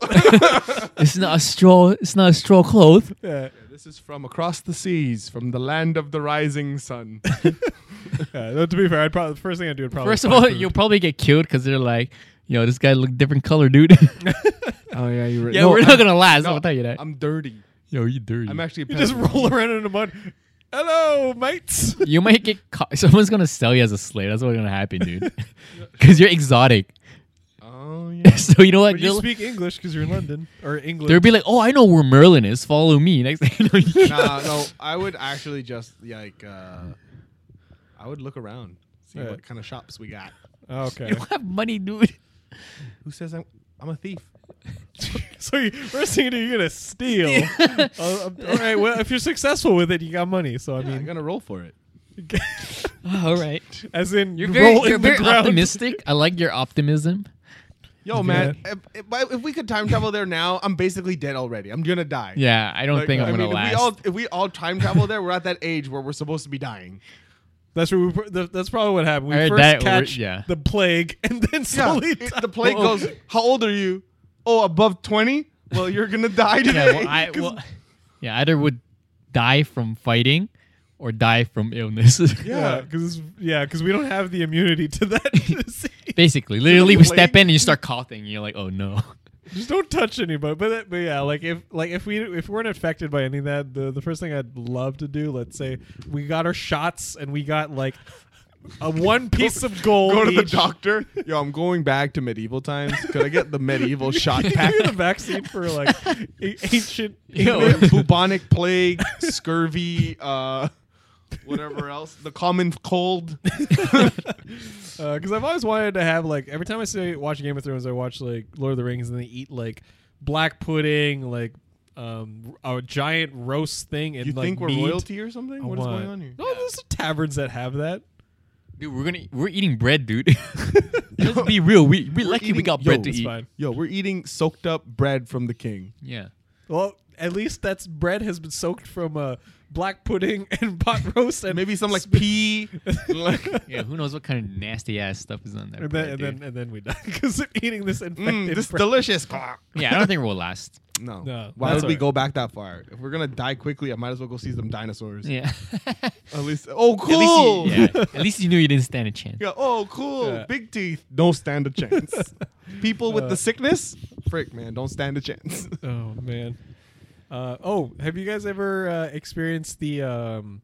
it's not a straw. It's not a straw cloth. yeah, this is from across the seas, from the land of the rising sun. yeah, no, to be fair, I'd probably the first thing I'd do would Oh, probably First of buy all, food. you'll probably get killed because they're like, yo, this guy look different color, dude. oh yeah, you're right. yeah, we're not gonna last. I'll tell you that. I'm dirty. yo, you dirty. I'm actually. A you just peasant. roll around in the mud. Hello, mates. you might get caught. Someone's gonna sell you as a slave. That's what's gonna happen, dude. Because you're exotic. Oh yeah. so you know what? But you Good- speak English because you're in London or England. They'll be like, oh, I know where Merlin is. Follow me. Next thing you know, you- nah, no, I would actually just like. Uh, I would look around, see Yeah. what kind of shops we got. Oh, okay. you don't have money, dude. Who says I'm? I'm a thief. So you, first thing you do, you're gonna steal. Uh, uh, all right. Well, if you're successful with it, you got money. So I I mean, I'm mean, gonna roll for it. All right. as in, You're very, roll you're in very the ground. optimistic. I like your optimism. Yo, man, if, if, if we could time travel there now, I'm basically dead already. I'm gonna die. Yeah, I don't Like, think I'm gonna mean, last. If we, all, if we all time travel there, we're at that age where we're supposed to be dying. That's what we, pr- th- that's probably what happened. We Alright, first that or- catch yeah. the plague and then slowly it- die. the plague Well, goes. How old are you? Oh, above twenty. Well, you're gonna die today. yeah, well, I, 'Cause- well, yeah, either would die from fighting or die from illness. Yeah, because yeah, because we don't have the immunity to that disease. Basically, literally, we Plague? step in and you start coughing. And you're like, oh no. Just don't touch anybody. But that- but yeah, like if like if we if we weren't affected by any of that, the the first thing I'd love to do, let's say we got our shots and we got like a one piece of gold. Go to the each. doctor. Yo, I'm going back to medieval times. Could I get the medieval shot Give pack? me the vaccine for like a- ancient. Yo. England. bubonic plague, scurvy, uh, whatever else, the common cold. Because uh, I've always wanted to have like every time I say watch Game of Thrones, I watch like Lord of the Rings, and they eat like black pudding, like um a giant roast thing, and You like think we're meat. Oh royalty or something? What is going on here? No, there's taverns that have that. Dude, we're gonna we're eating bread, dude. Let's be real. We we lucky we eating- got Yo, bread to it's eat. fine. Yo, we're eating soaked up bread from the king. Yeah. Well, at least that's bread has been soaked from uh, black pudding and pot roast, and Maybe some like spit- pea. like, mm, Yeah. Who knows what kind of nasty ass stuff is on that? And bread, then, and dude. then and then we die because of eating this infected. mm, this is bread. delicious. yeah, I don't think we'll last. No. No, Why that's would we alright. go back that far? If we're gonna die quickly, I might as well go see some dinosaurs. Yeah. At least. Oh, At cool. least you, yeah. At least you knew you didn't stand a chance. Yeah, Oh, cool. Yeah. Big teeth. Don't stand a chance. People with Uh, the sickness, frick, man, don't stand a chance. Oh man. Uh, oh, have you guys ever uh, experienced the, um,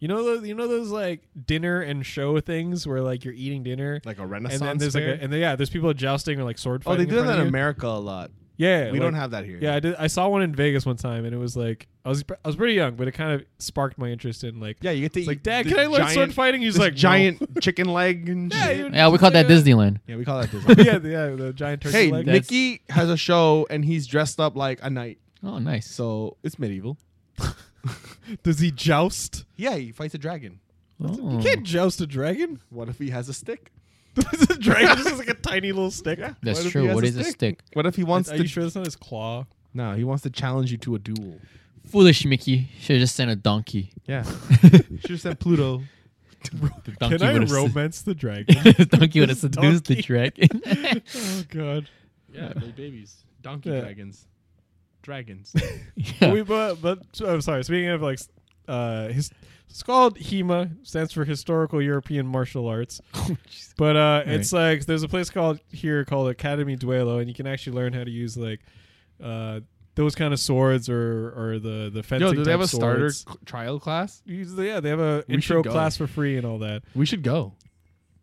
you know, those, you know those like dinner and show things where like you're eating dinner like a and Renaissance. then there's fair? like a, and then, yeah, there's people jousting or like sword oh, fighting. they do front that of in you. America a lot. Yeah, We don't like- have that here. Yeah, I did. I saw one in Vegas one time, and it was like I was I was pretty young, but it kind of sparked my interest in like Yeah, you get to it's like eat Dad, this can I learn sword giant- fighting? He's this like "No." giant chicken leg. And Yeah, shit. you- Yeah, we call that Disneyland. yeah, we call that Disney. yeah, the, yeah, the giant turkey hey, leg. Nick- Mickey has a show and he's dressed up like a knight, Oh, nice. so it's medieval. Does he joust? Yeah, he fights a dragon. oh. You can't joust a dragon. What if he has a stick? the dragon just has like a tiny little stick. That's What if he true. has What a is a stick? stick? What if he wants Are to? you sure that's not his claw? No, he wants to challenge you to a duel. Foolish Mickey should have just sent a donkey. Yeah, should have said Pluto. The donkey Can I would've romance the dragon? se- donkey would have seduced the Donkey. dragon. oh god. Yeah, they're babies, donkey Yeah. dragons, dragons. Yeah. We, but but so- I'm sorry. Speaking of like, s- uh, his it's called HEMA, stands for Historical European Martial Arts. But uh, it's like there's a place called here called Academy Duelo, and you can actually learn how to use like uh, those kind of swords or or the the fencing. Yo, do they have type a starter swords. c- trial class? Use the- Yeah, they have a We intro should go. class for free and all that. We should go.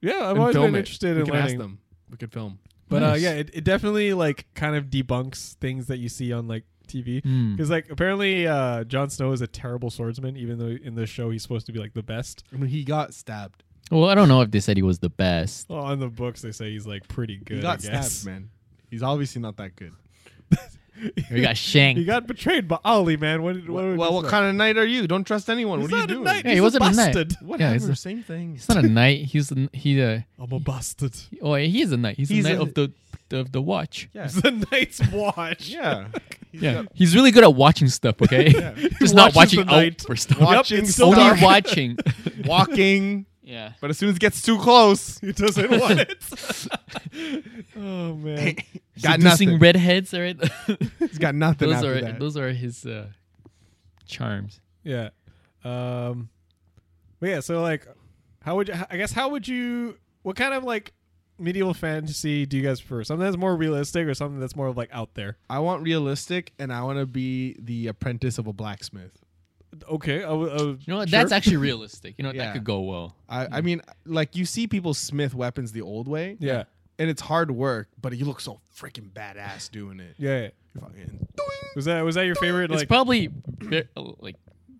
Yeah, I've and always film been it. interested we in can learning. ask them. We could film. But uh, Nice. yeah, it, it definitely like kind of debunks things that you see on like TV. Hmm. Because like apparently uh, Jon Snow is a terrible swordsman, even though in the show he's supposed to be like the best. I mean, he got stabbed. Well, I don't know if they said he was the best. Well, on the books they say he's like pretty good. he got I guess. stabbed, man. He's obviously not that good. We got Shang. He got betrayed by Ali, man. What? What? Well, what, kind of knight are you? Don't trust anyone. He's what are you not a doing? knight. Yeah, He's he a wasn't a knight. bastard. Yeah, Whatever. he's, a, same thing. he's not a knight. He's a, he uh, I'm a bastard. oh he is a knight. He's, He's a knight a- of the of the watch. Yeah. It's a knight's watch. yeah. He's Yeah, got- he's really good at watching stuff. Okay, just not watches watching the out knight. for stuff. Watching it's so Only stuff, watching. walking. yeah, But as soon as it gets too close, He doesn't want it. oh man. got seducing nothing. redheads. All right, He's got nothing those after are that. those are his uh, charms. Yeah. Um. But yeah. So like, how would you? I guess how would you? What kind of like medieval fantasy do you guys prefer? Something that's more realistic or something that's more of like out there? I want realistic, and I want to be the apprentice of a blacksmith. Okay. I w- I w- You know what? sure. That's actually realistic. You know Yeah. that could go well. I, I mean, like you see people smith weapons the old way, Yeah. and it's hard work, but you look so freaking badass doing it. Yeah. yeah. Fucking doing. Was that was that your favorite? It's Like, probably ve- like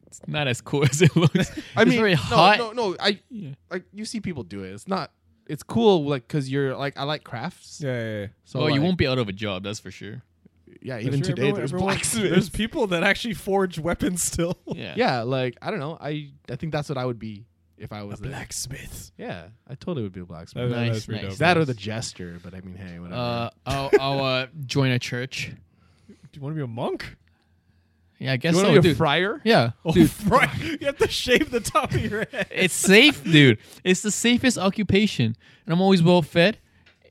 it's not as cool as it looks. I it's mean, very no, hot. no, no. I Yeah. like you see people do it. It's not. It's cool, like because you're like I like crafts. yeah, yeah, yeah. So well, you like, won't be out of a job, that's for sure. Yeah, even Sure, today everyone- there's everyone- blacksmiths. There's people that actually forge weapons still. Yeah. yeah, like I don't know. I I think that's what I would be if I was there. Blacksmith. Yeah, I totally would be a blacksmith. That, that- Nice, that's pretty nice. dope. that or the jester, but I mean, hey, whatever. Uh, I'll, I'll uh, join a church. Do you want to be a monk? Yeah, I you guess want to so, be a dude. friar? yeah, Oh, dude. right. You have to shave the top of your head. It's safe, dude. It's the safest occupation, and I'm always well fed.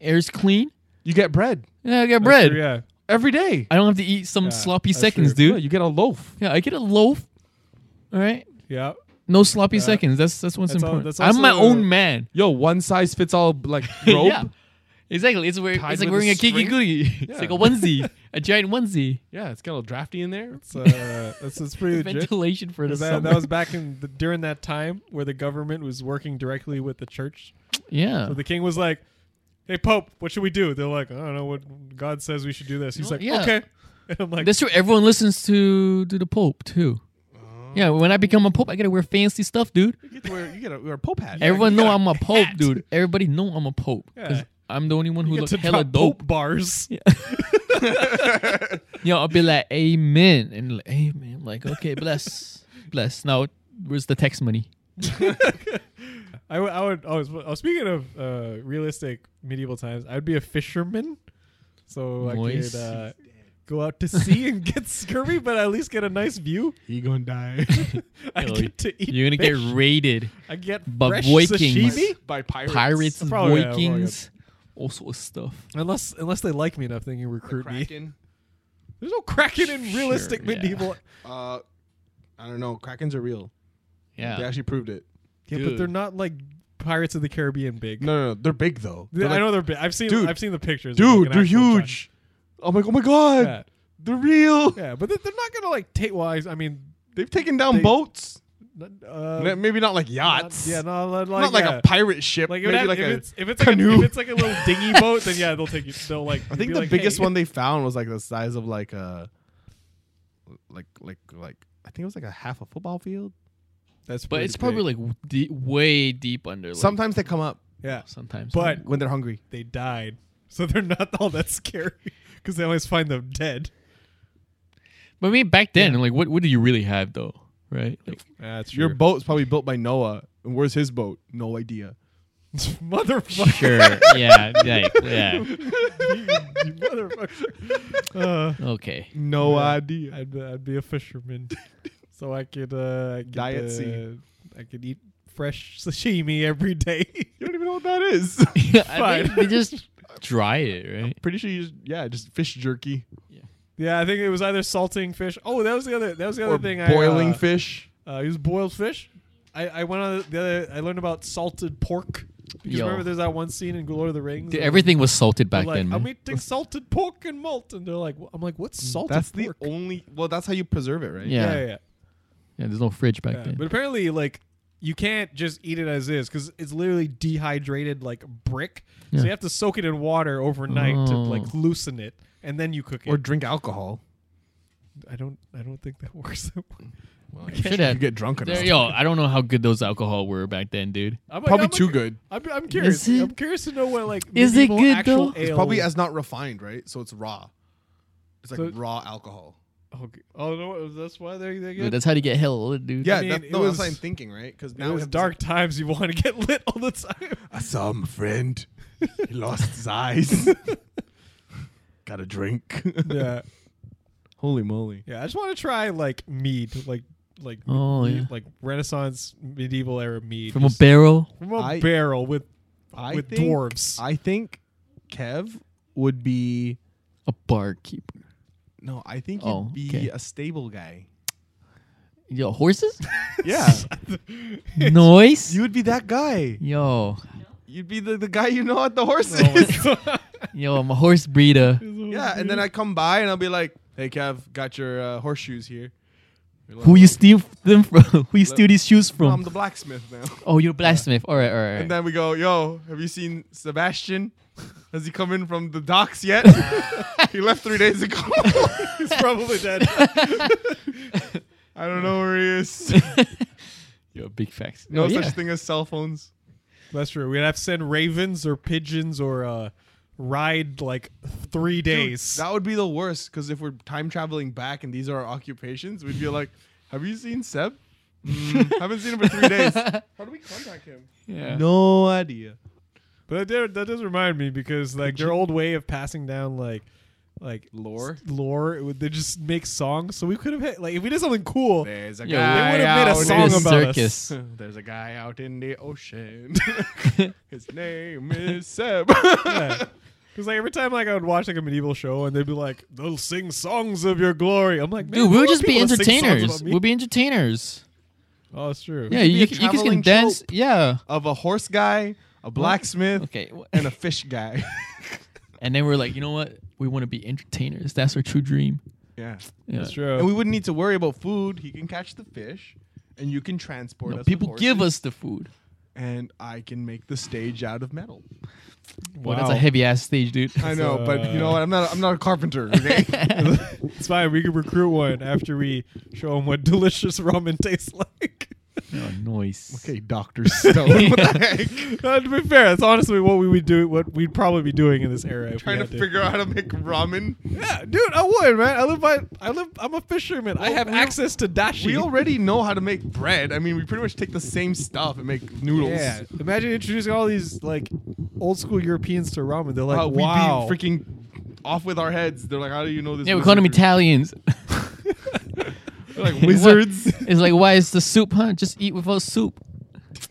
Air's clean. You get bread Yeah, I got bread. Yeah. every day. I don't have to eat some Yeah, sloppy that's seconds, true. dude. Yeah, you get a loaf. Yeah, I get a loaf. All right, Yeah. no sloppy Yeah. seconds. That's that's what's That's all- important. that's I'm my also- own man. Yo, one size fits all like robe. yeah, exactly. It's, wear, Tied it's like with a wearing a string? kiki gooey. It's like a Yeah. onesie, a giant onesie. Yeah, it's got a little drafty in there. It's, uh, that's, that's pretty legit. Ventilation for the 'Cause summer. That, that was back in the, during that time where the government was working directly with the church. yeah. So the king was like, "Hey Pope, what should we do?" They're like, "I don't know what God says we should do this." He's Well, like, yeah. "Okay," and I'm like, Oh. That's true. Everyone listens to to the Pope too. Yeah, when I become a pope, I gotta wear fancy stuff, dude. You get to wear, you get a, wear a pope hat. Everyone You know gotta- I'm a pope, hat. dude. Everybody know I'm a pope because Yeah. I'm the only one who You looks get to hella drop dope. Pope bars. Yo, I'll be like, Amen, and like, Amen. Like, okay, bless, bless. Now, where's the tax money? I, w- I would. I was, I was speaking of uh, realistic medieval times. I'd be a fisherman, so Moist. I could uh, go out to sea and get scurvy, but at least get a nice view. He gonna die I Yo, get to eat. You're gonna fish. get raided I get by fresh Vikings. sashimi. by pirates. pirates, Probably, yeah, probably Vikings, all sorts of stuff. Unless unless they like me enough, they can The recruit me. Kraken. There's no kraken in realistic Sure, yeah. medieval. Yeah, Uh, I don't know. Krakens are real. Yeah, They actually proved it. but they're not like Pirates of the Caribbean big. No, no, no. They're big though. They- They're I like- know they're big. I've seen Dude. I've seen the pictures. of, like, dude, an they're actual giant- huge. I'm like, oh my god, Yeah. they're real. Yeah, but they- they're not gonna like take. Well, I, I mean, They've taken down They- boats. uh, N- Maybe not like not- yachts. yeah, not like, not like yeah. a pirate ship. Like, if, maybe it had- like if a. it's if it's Like canoe. a, if it's like a little dinghy boat, then yeah, they'll take you. They'll like. I think be the like, biggest hey. one they found was like the size of like a, like like like I think it was like a half a football field. That's but it's probably like w- de- way deep under. Like, Sometimes they come up yeah. sometimes, But when they're hungry. they died, so they're not all that scary because they always find them dead. but I mean, back then, like, what what do you really have though, right? Like, That's Your boat's probably built by Noah. And where's his boat? No idea. motherfucker. sure, yeah, like, yeah, you, you motherfucker. Uh, okay. No Yeah. idea. I'd, I'd be a fisherman, so I could uh, I could, Die at sea. uh, I could eat fresh sashimi every day. You don't even know what that is. I think Fine. they just dry it, right? Pretty sure you just yeah, just fish jerky yeah, I think it was either salting fish. Oh, that was the other. That was the other or thing. boiling I, uh, fish. Uh, it was boiled fish. I, I went on the other. I learned about salted pork. Because Yo. remember, there's that one scene in Lord of the Rings. Dude, and everything was salted they're back like, then, man. I'm eating salted pork and malt, and they're like, "Wha- I'm like, what's salted Mm, That's pork? the only. Well, that's how you preserve it, right? Yeah. yeah, yeah, yeah. yeah, there's no fridge back Yeah, then. But apparently, like, you can't just eat it as is because it's literally dehydrated like brick. Yeah. So you have to soak it in water overnight to Oh. like loosen it, and then you cook it. Or drink alcohol. I don't, I don't think that works. that way. Well, should have- you get drunk There- enough. yo, I don't know how good those alcohol were back then, dude. I'm like- Probably I'm too like- good. I'm, I'm curious. it- I'm curious to know what like Is it medieval good, actual though? Ale. It's It's probably as not refined, right? So it's raw. It's like So- raw alcohol. Okay. Oh no, that's why they they Dude, get. that's how to get hell, dude. Yeah, mean, that- it no, was- that's what I'm thinking, right? Because Now now it's dark times. You want to get lit all the time. I saw my friend. he lost his eyes. Got a drink. yeah, Holy moly! yeah. I just want to try like mead, like like Oh, mead- yeah. like Renaissance medieval era mead From a Just barrel. from a I- barrel with I with think- dwarves. I think Kev would be A barkeeper. no. I think Oh, he'd be okay. a stable guy. Yo, horses? Yeah, Noise? you would be that guy. Yo, You'd be the, the guy you know at the horses. Oh yo, I'm a horse breeder. yeah, and then I come by and I'll be like, "Hey, Kev, got your uh, horseshoes here." You're like, Who "Oh, you steal them from? Who you steal these shoes no, I'm from? the blacksmith now. Oh, you're a blacksmith. All right, all right. And then we go, yo, have you seen Sebastian? Has he come in from the docks yet? he left three days ago. He's probably dead. I don't know where he is. Yo, big facts. No Oh, yeah. such thing as cell phones. That's true. We'd have to send ravens or pigeons or uh, ride like three days. That would be the worst because if we're time traveling back and these are our occupations, we'd be like, have you seen Seb? Mm, haven't seen him for three days. How do we contact him? Yeah. No idea. But that, did- that does remind me because like their old way of passing down like like Lore? s- lore. It would, they just make songs. So we could have hit like if we did something cool. There's a Yo, guy they would've made a out song in- Circus. about us. There's a guy out in the ocean. His name is Seb. Because like every time like I would watch like a medieval show and they'd be like they'll sing songs of your glory. I'm like, Dude, we we'll would just be entertainers. We'll We'll be- be entertainers. oh, that's true. Yeah, could you, be a you guys can traveling dance. Yeah. of a horse guy, a blacksmith, Okay. wh- and a fish guy. And then we're like, you know what? We want to be entertainers. That's our true dream. yeah. Yeah. that's true. And we wouldn't need to worry about food. He can catch the fish, and you can transport No, us. people with give horses, us the food. and I can make the stage out of metal. Boy, that's a heavy ass stage, dude. I know, but know, but you you know what? know what? I'm not. I'm not a carpenter. It's fine. We can recruit one after we show them what delicious ramen tastes like. Oh, nice. Okay, Doctor Stone. What the heck? Uh, to be fair, that's honestly what we would do. What we'd probably be doing in this era. if we Trying to had figure out how to make ramen. Yeah, dude, I would, man. I live by. I live. I'm a fisherman. I have we- access to dashi. We already know how to make bread. I mean, we pretty much take the same stuff and make noodles. Yeah. Imagine introducing all these like old school Europeans to ramen. They're like, Uh, wow. We'd be freaking off with our heads. They're like, how do you know this? Yeah, we call them wizard?" Italians. They're like wizards. It's like, why is the soup, huh? Just eat without soup.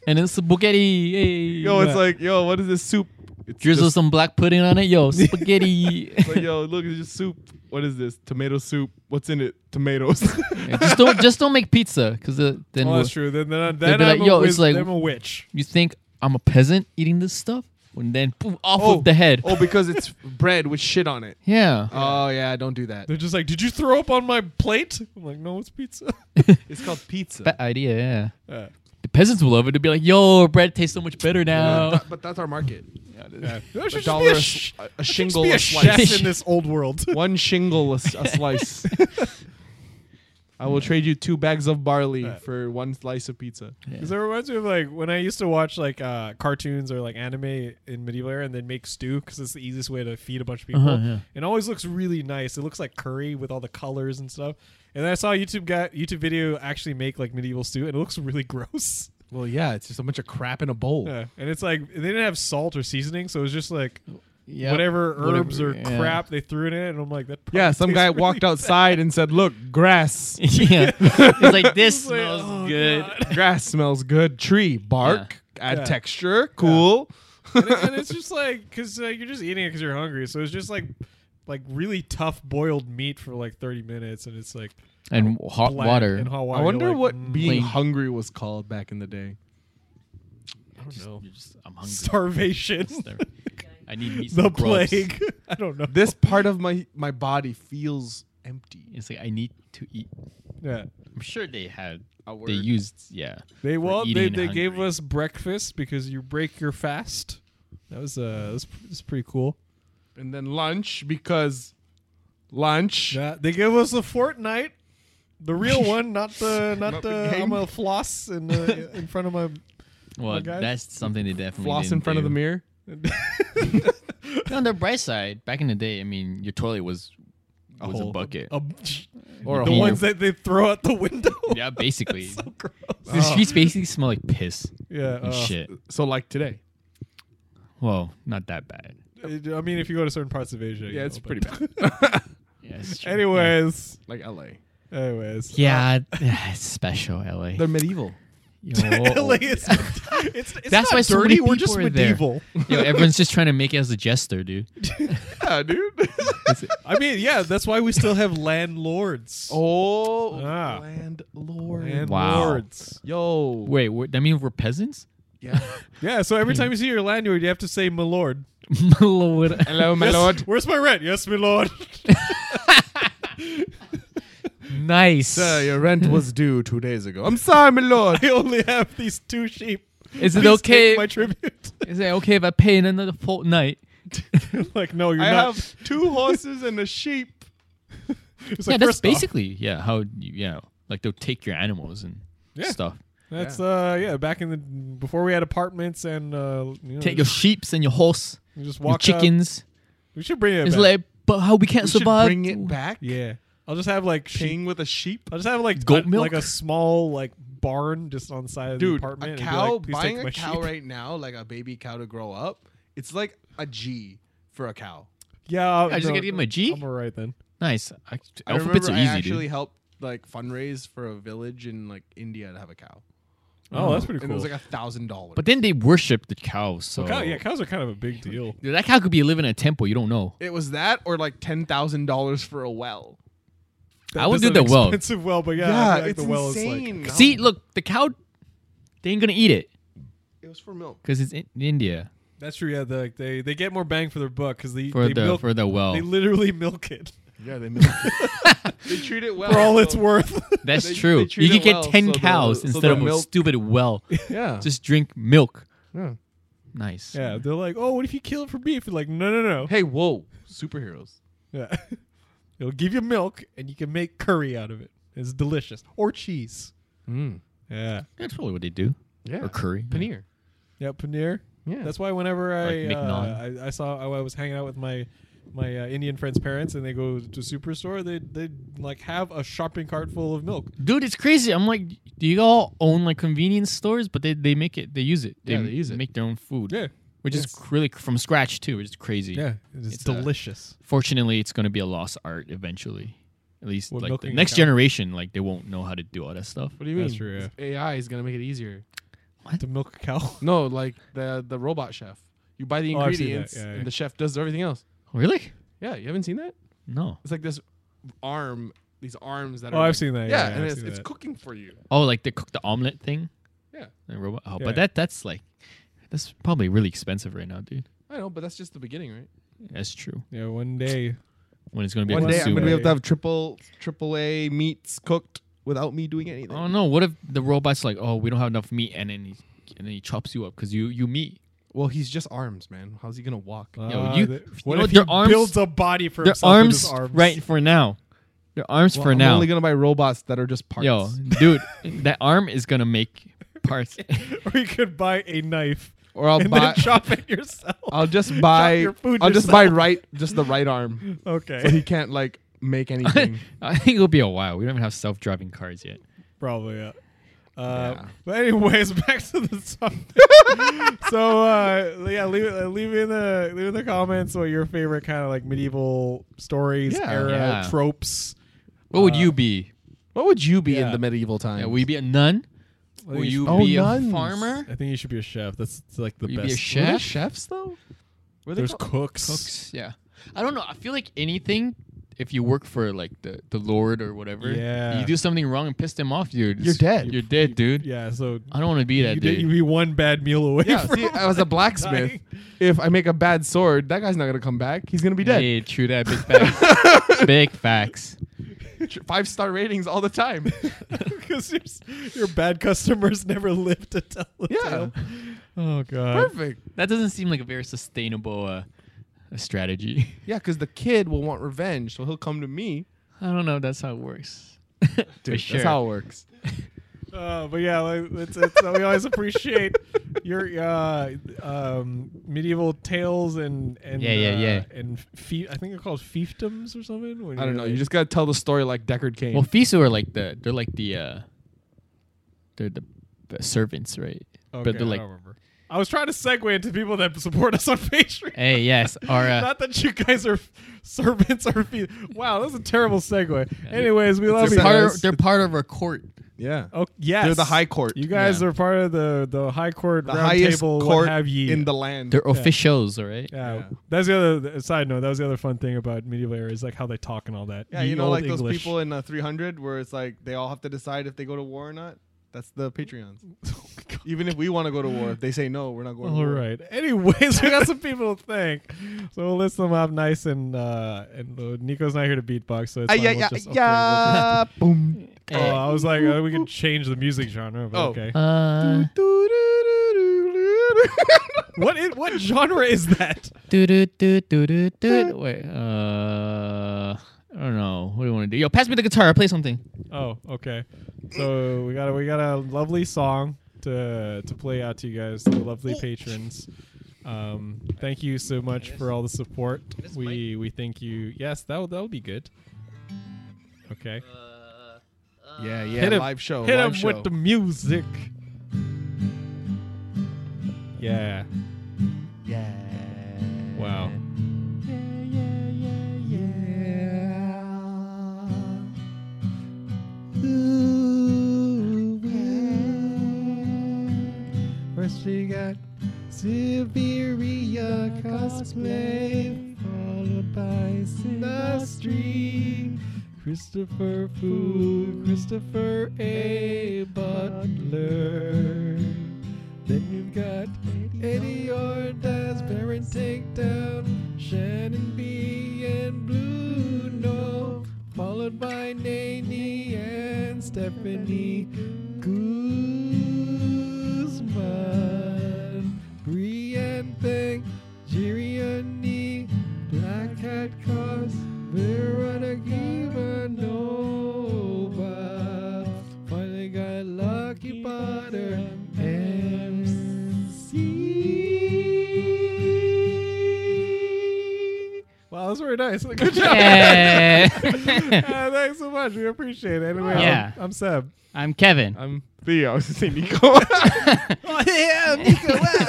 And it's spaghetti. Hey. yo, it's Yeah. like, yo, what is this soup? It's Drizzle just- some black pudding on it. Yo, spaghetti. it's like, yo, look, it's just soup. What is this? Tomato soup. What's in it? Tomatoes. Yeah, just don't just don't make pizza because the, then Oh, we'll- that's true. Then, They'd then, then, be I'm, like, a "Yo, wiz- it's like- then I'm a witch. you think I'm a peasant eating this stuff, and then poof, off Oh, of the head. oh, because it's bread with shit on it. Yeah, Uh. Oh yeah, don't do that. They're just like, did you throw up on my plate? I'm like, no, it's pizza. It's called pizza. bad idea. Yeah, Yeah. the peasants will love it. They'll be like, "Yo, bread tastes so much better No, now." th- but that's our market. There should just be dollar a a sh- sl- a there should just shingle be a a slice. chef in this old world. One shingle, a, s- a slice. I will trade you two bags of barley for one slice of pizza. Because it reminds me of like when I used to watch like uh, cartoons or like anime in medieval era and then make stew because it's the easiest way to feed a bunch of people. Uh-huh, yeah. It always looks really nice. It looks like curry with all the colors and stuff. And then I saw a YouTube guy YouTube video actually make like medieval stew and it looks really gross. Well, yeah, it's just a bunch of crap in a bowl. Yeah. And it's like they didn't have salt or seasoning, so it was just like Yep. whatever herbs or Whatever, yeah. crap they threw in it. And I'm like, that. probably Yeah, some tastes guy really walked bad. outside and said, "Look, grass. yeah, it's like this like, smells oh, good. God. grass smells good. Tree, bark, add Yeah. texture. Cool. and, it- and it's just like because uh, you're just eating it because you're hungry. So it's just like like really tough boiled meat for like 30 minutes, and it's like And hot bland water. And hot water. I You're wonder like, what mm, being Plain. hungry was called back in the day. I don't know. You're just- I'm hungry. starvation, I need meat. the some grubs. plague. I don't know. This part of my my body feels empty. It's like I need to eat. yeah, I'm sure they had. A word. They used. Yeah. they well eating they, and they gave hungry. us breakfast because you break your fast. That was uh that's that's pretty cool. and then lunch because lunch. Yeah, they gave us a fortnight. The real one, not the not, Not the the, game. I'm a floss in the, in front of my Well, guys. that's something they definitely Floss in didn't front of do. the mirror. On the bright side, back in the day, I mean, your toilet was a was a hole. bucket. a, Or a the hole. ones that they throw out the window. Yeah, basically. so gross. The streets basically smell like piss Yeah, and uh, shit. So like today. Well, not that bad. it- I mean, if you go to certain parts of Asia, you Yeah, it's know, but- pretty bad. Yeah, it's true. Anyways, like LA. anyways, Yeah, uh, yeah, it's special, LA. They're medieval. Yo, LA is, Uh, it's, it's That's not why so many dirty. We're just people are there. medieval. yo, everyone's just trying to make it as a jester, dude. Yeah, dude. I mean, yeah, that's why we still have landlords. oh, Ah. landlord. landlords. Yo. Wait, wha- that means we're peasants? Yeah. Yeah, so every time you see your landlord, you have to say "my lord." Lord. Hello, my Yes, lord. Where's my rent? Yes, my lord. Nice. Sir, your rent was due two days ago. I'm sorry, my lord. I only have these two sheep. Is it Please okay? take My tribute. Is it okay if I pay in another fortnight? like, no, you're I not. have two horses and a sheep. It's yeah, like, that's first off, basically yeah how you, you know like they'll take your animals and Yeah. stuff. That's uh yeah, back in the before we had apartments and uh you know, Take your just, sheeps and your horse, you just your walk up. chickens. We should bring it It's back. like, but how we can't We should survive? bring it back. yeah. I'll just have like sheep. King with a sheep. I'll just have like Goat a- milk? like a small like barn just on the side of the Dude, apartment. a and be cow like, "Please take buying my a cow sheep." right now, like a baby cow to grow up, it's like a G for a cow. Yeah, uh, I just no, gotta give him a G? I'm alright then. Nice. I, I alphabets are remember I easy, actually dude. helped like fundraise for a village in like India to have a cow. Oh, that's pretty And cool. it was like a thousand dollars. But then they worship the cows, so cow, yeah, cows are kind of a Oh. big deal. Dude, that cow could be living in a temple. You don't know. it was that or like ten thousand dollars for a well. I would That's do an the well. Expensive well, but yeah, I feel like the well is like See, look, the cow, they ain't gonna eat it it was for milk. because it's in India that's true. Yeah, the, like, they they get more bang for their buck because they for they the oh. milk for the well. they literally milk it Yeah, they milk. it. they treat it well for all so- it's worth. That's they- true. they treat you can it get well, ten so the- cows so instead the of a milk- stupid well. Yeah. Just drink milk. yeah. Nice. yeah, they're like, oh, what if you kill it for beef? You're like, no, no, no. Hey, whoa, superheroes. Yeah. It'll give you milk, and you can make curry out of it. It's delicious, or cheese. Mm. Yeah, That's probably what they do. Yeah. Or curry. Paneer. yeah, paneer. Yeah. That's why whenever I, Like McNaan. uh, I I saw I, was hanging out with my my uh, Indian friend's parents, and they go to superstore. They they like have a shopping cart full of milk. Dude, it's crazy. I'm like, do you all own like convenience stores? But they, they make it. They use it. Yeah, they use it. Make their own food. Yeah, Which is Yes. really from scratch too. Which is crazy. yeah, it's, It's, uh, delicious. Fortunately, it's going to be a lost art eventually. At least We're like the milking next the cow. generation, like they won't know how to do all that stuff. What do you mean? That's true, yeah. This AI is gonna make it easier. to milk a cow. No, like the the robot chef. You buy the Oh, I've seen that. ingredients, Yeah, yeah. and the chef does everything else. Really? Yeah, you haven't seen that? No. It's like this arm, these arms that Oh, are. I've like- seen that. Yeah, Yeah, I've and it's, seen it's that. cooking for you. Oh, like they cook the omelet thing. Yeah. The robot. Oh, Yeah. but that that's like that's probably really expensive right now, dude. I know, but that's just the beginning, right? That's true. Yeah, one day. When it's going to be One a day I'm consumer. gonna be able to Consumer. have triple triple A meats cooked without me doing anything. I don't know. What if the robot's like, oh, we don't have enough meat, and then he, and then he chops you up because you you meat. Well, he's just arms, man. How's he gonna walk? Yo, Ah, you- the- you what know if their he arms- builds a body for Their himself with arms, his arms? right for now. Their arms Well, for I'm now. only gonna buy robots that are just parts. Yo, dude, that arm is gonna make parts. or you could buy a knife or I'll and buy. then chop it yourself. I'll just Chop buy. your food I'll just buy yourself. right, just the right arm, so he Okay, can't like make anything. I think it'll be a while. We don't even have self-driving cars yet. probably yeah. Uh, Yeah. But anyways, back to the subject. so uh, yeah, leave uh, leave in the leave in the comments what your favorite kind of like medieval stories, Yeah. era Yeah. tropes. What would Uh, you be? what would you be in Yeah. the medieval times? Yeah, will you be a nun? Well, Will you you should- be Oh, a nuns. farmer? I think you should be a chef. That's like the Will you best. be a Were they chef? chefs though? Were they There's called- cooks. Cooks. Yeah. I don't know. I feel like anything. If you work for like the, the Lord or whatever, Yeah. you do something wrong and piss them off, dude. You're dead. You're dead, dude. Yeah, so I don't want to be that you dude. would be one bad meal away. yeah, from see, I was a blacksmith. dying. If I make a bad sword, that guy's not gonna come back. He's gonna be dead. Hey, true that. Big facts. big facts. Five star ratings all the time. because your, your bad customers never live to tell the Yeah. tale. Oh god. Perfect. That doesn't seem like a very sustainable uh, uh, strategy. Yeah, because the kid will want revenge, so he'll come to me. I don't know. if That's how it works. For Dude, sure. That's how it works. Uh, but yeah, like, it's, it's, we always appreciate your uh, um, medieval tales and and Yeah, yeah, uh, yeah. and fee- I think they're called fiefdoms or something. when I don't you're know. like- You just gotta tell the story like Deckard Cain. well, Fisu are like the they're like the uh, they're the, the servants, right? Okay, but they're I like, don't remember. I was trying to segue into people that support us on Patreon. hey, yes, or uh, Not that you guys are f- servants or fee. Wow, that's a terrible segue. Anyways, we love they're you part guys. of, they're part of our court. yeah. oh yes, They're the high court. You guys Yeah. are part of the the high court, the round highest table, what court have ye. in the land. They're officials, all right. yeah. Yeah. that's the other the side note. That was the other fun thing about medieval era is like how they talk and all that. yeah, Ye you know, old like those English. people in uh, 300 where it's like they all have to decide if they go to war or not. That's the Patreons. Oh my God. Even if we want to go to war, if they say no, we're not going All to war. right. Anyways, we got some people to thank, so we'll list them up nice and uh and uh, Nico's not here to beatbox, so it's Ah, fine. yeah, We'll yeah, just- okay, yeah. Eh. Boom. we'll just- oh, I was like, uh, we could change the music genre, but Oh. okay. Uh, What is, what genre is that? do do do do do do. Wait, uh, I don't know. What do you want to do? Yo, pass me the guitar. Play something. Oh, okay. So we got a, we got a lovely song to to play out to you guys, the lovely patrons. Um, thank you so much for all the support. this We we thank you. Yes, that that would be good. Okay. yeah, yeah. Hit 'em. live show. Hit live him show. with the music. Yeah. Yeah. Wow. Yeah, yeah, yeah, First we got Siberia cosplay, followed by Sinistry, Christopher Fu, Christopher A. Butler. Then you've got Eddie Ordaz, Parent Takedown, Shannon B. and Bruno, followed by Nani and Stephanie Guzman, Brian Thing, Jiriani, Black Hat Cause, Veronica nice. Good job. Yeah. Uh, thanks so much. We appreciate it. Anyway, Yeah. I'm, I'm Seb. I'm Kevin. I'm Theo. I was saying Nico. oh, yeah, Nico. Wow,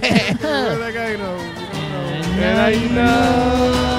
that guy, you know, we don't know. And I know.